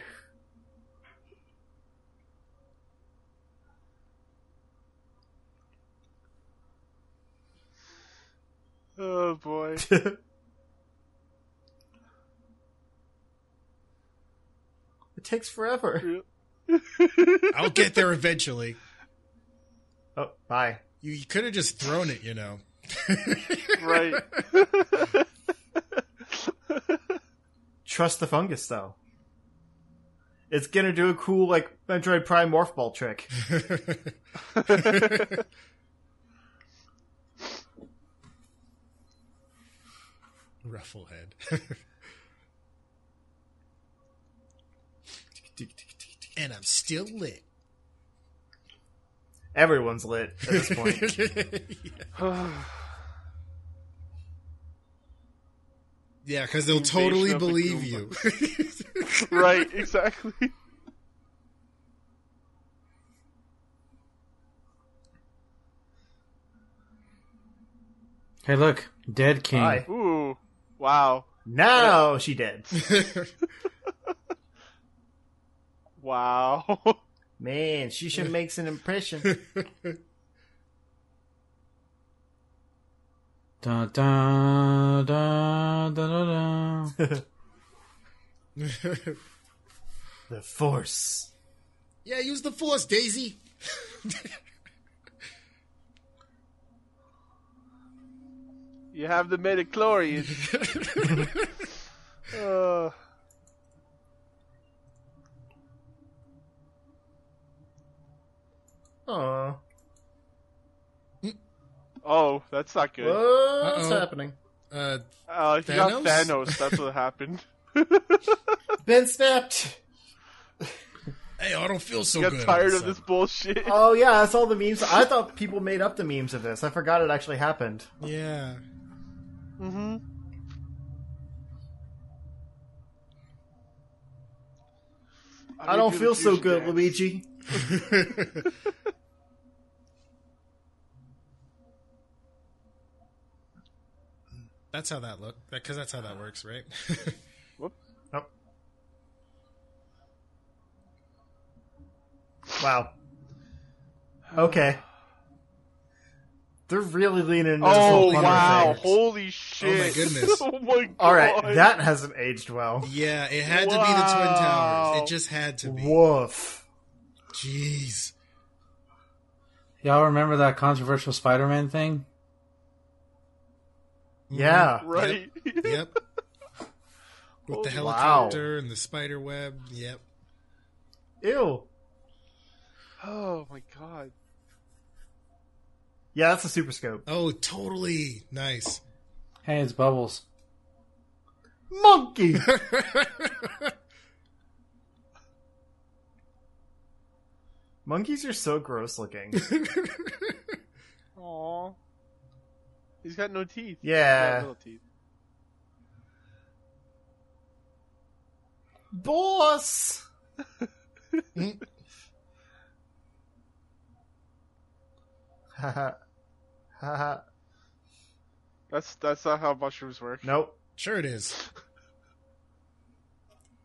S1: Oh
S3: [laughs]
S1: boy.
S3: it takes forever.
S4: I'll get there eventually.
S3: Oh, bye.
S4: You, you could have just thrown it, you know.
S1: right. [laughs]
S3: Trust the fungus, though. It's gonna do a cool, like, Metroid Prime Morph Ball trick.
S4: [laughs] Rufflehead. and I'm still lit.
S3: Everyone's lit at this
S4: [laughs]
S1: [laughs]
S3: point.
S4: yeah, because they'll totally
S1: Invasion of the
S4: believe you.
S1: right, exactly.
S2: Hey, look, Dead King.
S3: Hi.
S1: Ooh, wow,
S3: Now she dead.
S1: wow. [laughs]
S3: Man, she should makes an impression.
S2: Dun, dun, dun, dun, dun, dun.
S1: [laughs]
S3: The force.
S4: [laughs] yeah, use the force, Daisy.
S1: You have the
S3: [laughs]
S1: midichlorians. uh,
S3: Oh,
S1: oh, that's not good.
S3: what's
S4: Uh-oh.
S3: happening?
S4: Uh,
S1: Oh, if you got
S4: Thanos?
S1: Thanos, that's what happened.
S3: [laughs] Been snapped.
S4: hey, I don't feel so
S1: Got
S4: good. all
S1: tired
S4: a
S1: of this
S4: sudden.
S1: bullshit.
S3: Oh yeah, that's all the memes. I thought people made up the memes of this. I forgot it actually happened.
S4: Yeah.
S1: hmm
S3: I don't feel so good, Luigi.
S4: [laughs] That's how that looked. Because that's how that works, right? [laughs]
S3: Wow. Okay. They're really leaning into this
S1: Oh
S3: whole Hunter
S1: wow!
S3: thing.
S1: Holy shit! [laughs]
S4: goodness.
S1: oh my god!
S3: All right, that hasn't aged well.
S4: yeah, it had to be the Twin Towers.
S1: Wow.
S4: It just had to be.
S3: Woof.
S4: Jeez.
S2: Y'all remember that controversial Spider-Man thing?
S4: Mm-hmm.
S3: Yeah.
S1: right.
S4: Yep. With the
S1: Wow.
S4: helicopter and the spider web. Yep.
S3: Ew.
S1: oh my god!
S3: Yeah, that's a super scope.
S4: Oh, totally nice.
S2: Hey, it's Bubbles.
S3: Monkey. Monkeys are so gross
S4: [laughs]
S3: looking.
S1: Aw, he's got no teeth.
S3: Yeah.
S1: Not little teeth.
S3: Boss. [laughs] Haha. Haha.
S1: That's that's not how mushrooms work.
S3: nope.
S4: [laughs] sure it is.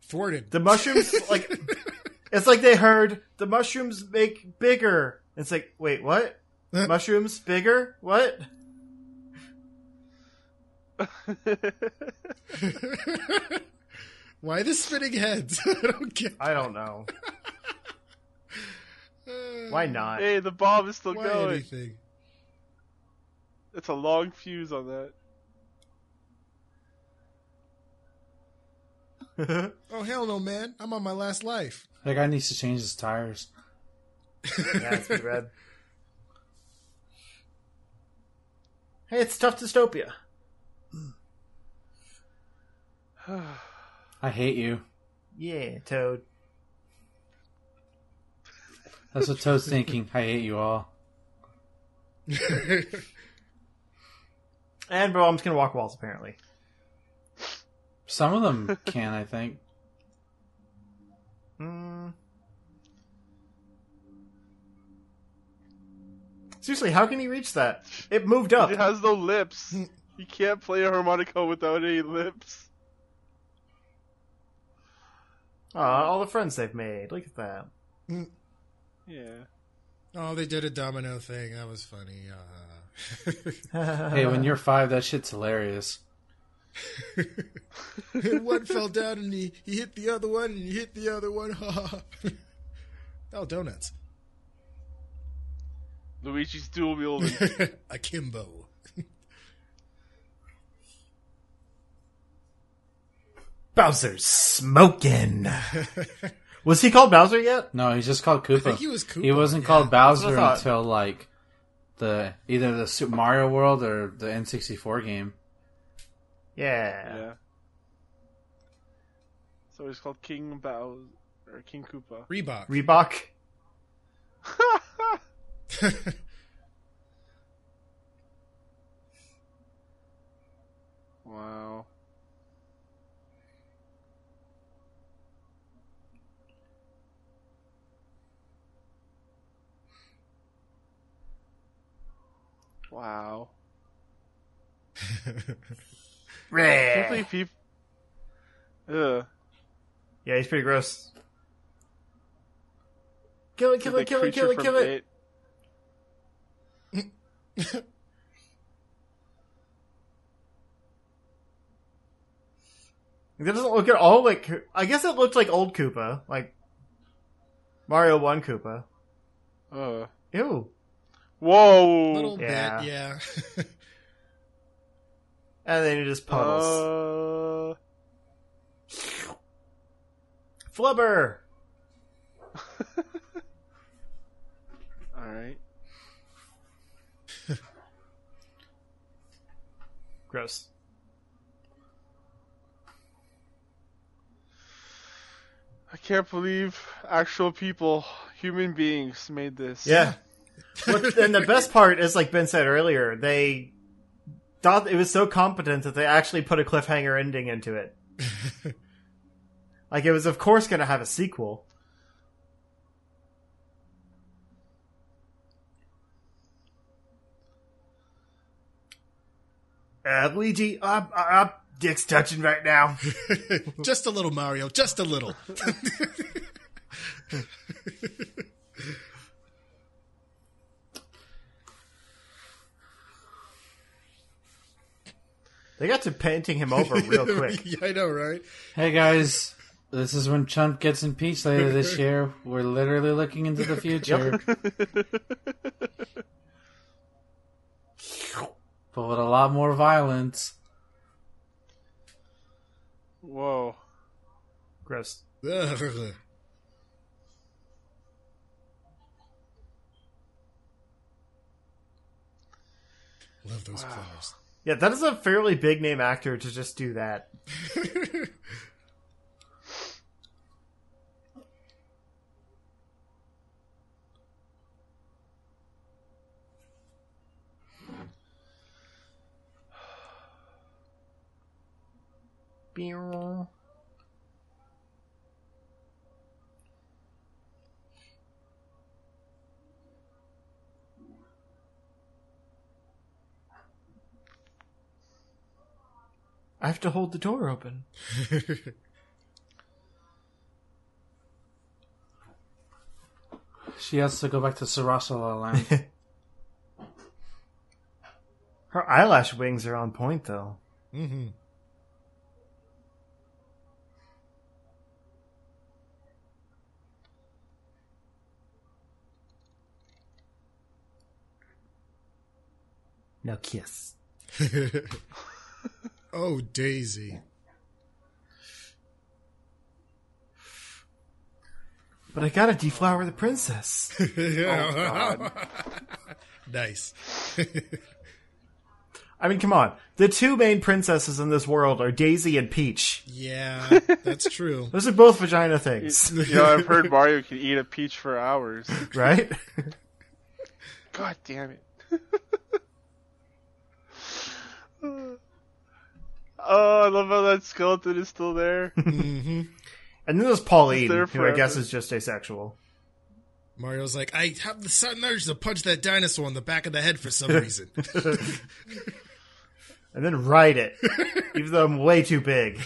S4: Thwarted.
S3: The mushrooms
S4: [laughs]
S3: like it's like they heard the mushrooms make bigger. It's like, wait, what?
S4: [laughs]
S3: mushrooms bigger? What?
S4: Why the spinning heads? [laughs] I don't get.
S3: I don't know. Why
S1: [laughs]
S3: not?
S1: hey, the bomb is still
S4: Why
S1: going.
S4: anything?
S1: It's a long fuse on
S3: [sighs]
S1: that.
S3: [laughs]
S4: Oh hell no, man! I'm on my last life.
S2: That guy needs to change his tires.
S3: That's
S4: [laughs]
S3: pretty bad. [laughs] Hey, it's tough dystopia.
S2: I hate you.
S3: Yeah, Toad.
S2: That's what Toad's thinking. I hate you all.
S3: And bro, I'm just gonna walk walls apparently.
S2: Some of them can, I think.
S3: Mm. Seriously, how can he reach that? It moved up.
S1: It
S3: [laughs]
S1: has no lips. you can't play a harmonica without any lips.
S3: Aw, all the friends they've made. Look at that.
S1: Yeah.
S4: Oh, they did a domino thing. That was funny. Uh,
S3: [laughs]
S2: Hey, when you're five, that shit's hilarious.
S4: one fell down [laughs] and he, he hit the other one and he hit the other one. [laughs] Ha, ha, ha. oh, donuts. [laughs]
S1: Luigi's dual wielding.
S4: Akimbo.
S3: Bowser's [laughs] smoking. Was he called Bowser yet?
S2: No, he's just called Koopa.
S4: think he was Koopa,
S2: wasn't
S4: yeah.
S2: called
S3: That's
S2: Bowser
S3: what I thought.
S2: until like the either the Super Mario World or the N64 game.
S3: [laughs] Yeah.
S1: Yeah. So he's called King Bow or King Koopa. [laughs]
S4: Reebok.
S3: Reebok.
S1: wow. Wow. I can't
S3: Rare.
S1: believe he. Ugh.
S3: Yeah, he's pretty gross. Kill it, kill
S1: The
S3: it, kill it, kill
S1: creature
S3: it,
S1: from
S3: kill it. That doesn't look at all like. Ko- I guess it looks like old Koopa, like Mario One Koopa.
S1: Ugh.
S3: Ew.
S1: Whoa.
S4: [laughs]
S1: Uh,
S4: little
S3: Yeah.
S4: bit, yeah. [laughs]
S3: And then it just puddles.
S1: Uh,
S3: Flubber.
S1: all right.
S3: Gross.
S1: I can't believe actual people, human beings, made this.
S3: Yeah. What- and the best part is, like Ben said earlier, they thought it was so competent that they actually put a cliffhanger ending into [laughs] it. like it was, of course, going to have a sequel. Uh, Luigi, up, up, up, dick's touching right now.
S4: just a little, Mario. Just a little.
S3: [laughs] They got to painting him over [laughs]
S4: [laughs]
S3: real quick.
S4: yeah, I know, right?
S2: Hey guys, this is when Chump gets impeached later
S3: [laughs]
S2: this year. We're literally looking into the future, but with a lot more violence.
S1: [laughs] Whoa.
S3: Gross.
S4: Ugh. Love those flowers.
S3: Yeah, that is a fairly big name actor to just do that. I have to hold the door open.
S2: [laughs] She has to go back to Sarasala
S3: [laughs]
S2: Land.
S3: Her eyelash wings are on point, though.
S4: hmm
S3: No kiss.
S4: [laughs] oh, Daisy.
S3: But I gotta deflower the princess.
S4: [laughs] nice.
S3: I mean, come on. The two main princesses in this world are Daisy and Peach.
S4: yeah, that's true.
S3: Those are both
S1: [laughs]
S3: vagina
S4: [laughs]
S3: things,
S1: You
S3: [laughs]
S1: know, I've heard Mario can eat a peach for hours.
S3: right?
S1: God damn it. [laughs] oh, I love how that skeleton is still
S3: [laughs]
S1: there.
S4: hmm
S3: And then there's Pauline,
S1: They're
S3: who I guess
S1: forever.
S3: is just asexual.
S4: Mario's like, I have the sudden urge to punch that dinosaur in the back of the head for some reason.
S3: And then ride
S4: [laughs]
S3: it, even though I'm way too big.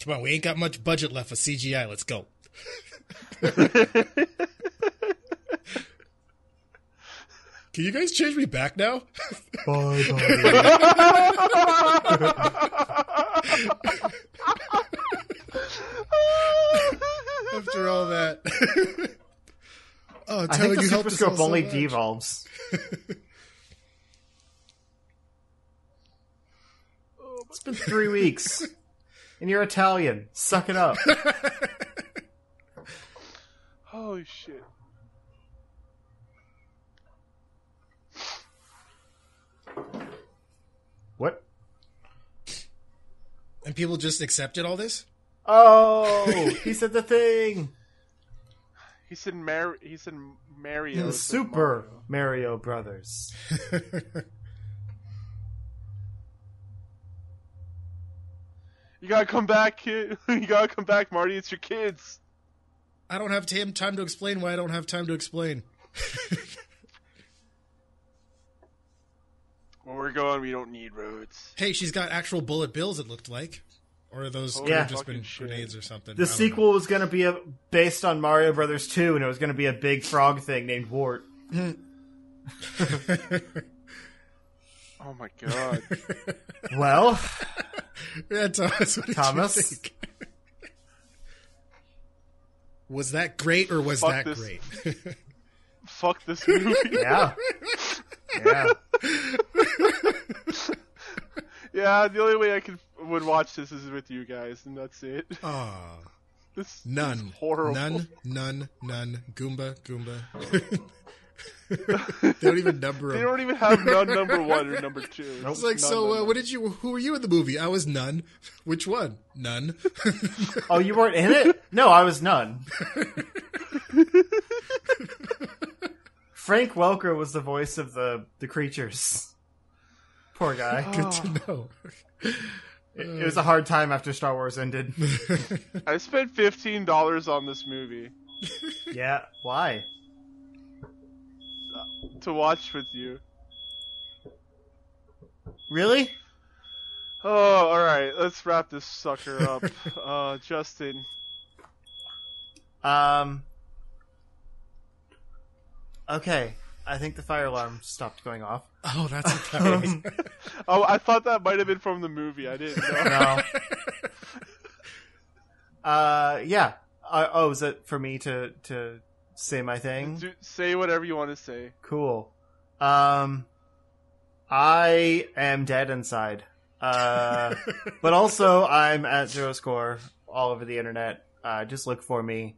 S4: Come on, we ain't got much budget left for CGI. Let's go. Can you guys change me back now?
S3: Bye, Pauline.
S4: After all that. [laughs] oh,
S3: I
S4: Tyler,
S3: think the
S4: you helped
S3: super
S4: us out
S3: scope
S4: so
S3: only
S4: much. [laughs]
S3: devolves.
S4: Oh,
S3: it's been three
S4: [laughs]
S3: weeks, and you're Italian. Suck it up.
S1: Holy shit.
S3: What?
S4: And people just accepted all this? [laughs]
S3: Oh, he said the thing.
S1: He said Mar- he said Mario.
S3: The
S1: said
S3: Super
S1: Mario.
S3: Mario Brothers.
S1: You gotta come back, kid. [laughs] you gotta come back, Marty. It's your kids.
S4: I don't have time time to explain why I don't have time to explain.
S1: Where we're going, we don't need roads.
S4: Hey, she's got actual bullet bills. It looked like, or those could
S1: Yeah.
S4: have just been
S1: Fucking shit.
S4: grenades or something.
S3: The
S4: I don't
S3: sequel was going to be a, based on Mario Brothers 2, and it was going to be a big frog thing named Wart.
S4: know.
S1: Oh my god.
S3: Well,
S4: [laughs] yeah, Thomas. What did
S3: Thomas?
S4: you think? was that great or was
S1: Fuck
S4: that
S1: this.
S4: great?
S1: Fuck
S4: [laughs]
S1: this movie.
S3: yeah. Yeah.
S1: Yeah, the only way I could would watch this is with you guys, and that's it. [laughs]
S4: Aw,
S1: This
S4: none,
S1: horrible.
S4: none, none, none. Goomba, [laughs] Goomba. they don't even number
S1: They
S4: them.
S1: don't even have
S4: [laughs]
S1: none number one or number two.
S4: It's like,
S1: None
S4: so
S1: number-
S4: uh, what did you? Who were you in the movie? I was none. Which one? None. [laughs]
S3: Oh, you weren't in it? No, I was none. Frank Welker was the voice of the, the creatures. Poor guy.
S4: Good to know.
S3: It, it was a hard time after Star Wars ended.
S1: I spent fifteen dollars on this movie
S3: Yeah. Why?
S1: to watch with you.
S3: Really?
S1: Oh, all right. Let's wrap this sucker up.
S4: [laughs]
S1: uh, Justin,
S3: Um. Okay, I think the fire alarm stopped going off.
S4: [laughs] Oh, that's what that was.
S1: Oh, I thought that might have been from the movie. I didn't know.
S3: No. uh, yeah. Uh, oh, is it for me to to say my thing?
S1: Do- say whatever you want to say.
S3: Cool. Um, I am dead inside. Uh,
S4: [laughs]
S3: but also I'm at zero score all over the internet. Uh, just look for me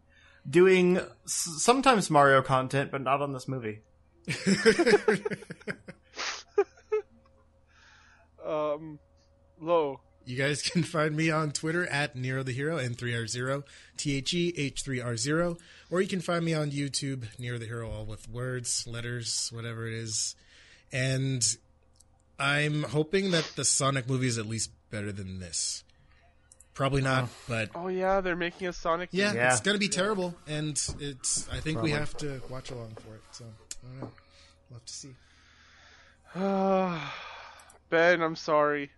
S3: doing s- sometimes Mario content, but not on this movie.
S4: [laughs]
S1: Um, low.
S4: You guys [laughs] can find me on Twitter at Nero the Hero, N3R0, T H E H 3R0, or you can find me on YouTube, Nero the Hero, all with words, letters, whatever it is. And I'm hoping that the Sonic movie is at least better than this. Probably not, but
S1: Oh yeah, they're making a Sonic.
S4: yeah,
S3: Yeah.
S4: it's going to be terrible. And it's, I think
S3: Probably.
S4: we have to watch along for it. So, I don't know. We'll have to see.
S1: [sighs]
S4: [laughs]
S1: ben, I'm sorry.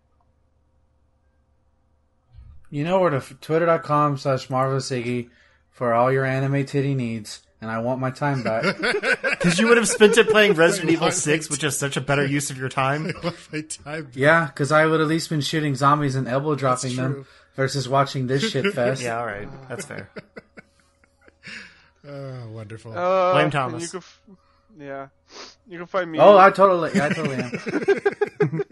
S2: You know where to f- twitter.com slash Marvelous Iggy for all your anime titty needs, and I want my time back.
S3: Because you would have spent it playing Resident
S4: Wait,
S3: Evil
S4: what?
S3: 6, which is such a better use of your time.
S4: My time-
S2: yeah, because I would at least been shooting zombies and elbow dropping
S4: true.
S2: them versus watching this shit fest.
S3: Yeah, alright. That's fair.
S4: Oh, wonderful.
S1: Uh,
S3: Blame
S1: and
S3: Thomas.
S1: You can f- yeah, you can find me.
S2: Oh, I totally, yeah, I totally am.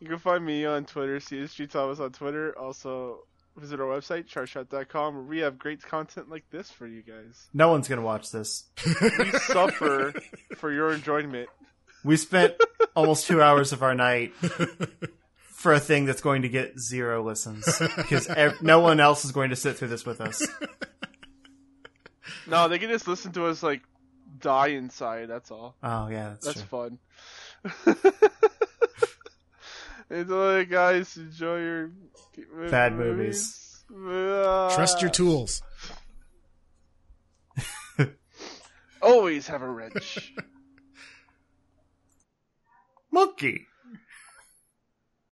S1: You can find me on Twitter, CSG Thomas on Twitter. Also, visit our website, chartshot.com, where we have great content like this for you guys.
S3: No one's going to watch this.
S1: We suffer for your enjoyment.
S3: We spent almost two hours of our night for a thing that's going to get zero listens. Because ev- no one else is going to sit through this with us.
S1: No, they can just listen to us like die inside. That's all.
S3: Oh, yeah, that's,
S1: That's
S3: true.
S1: fun. [laughs] Enjoy, guys. Enjoy your
S3: Bad
S1: movies.
S4: Trust your tools.
S1: Always have a wrench.
S3: Monkey!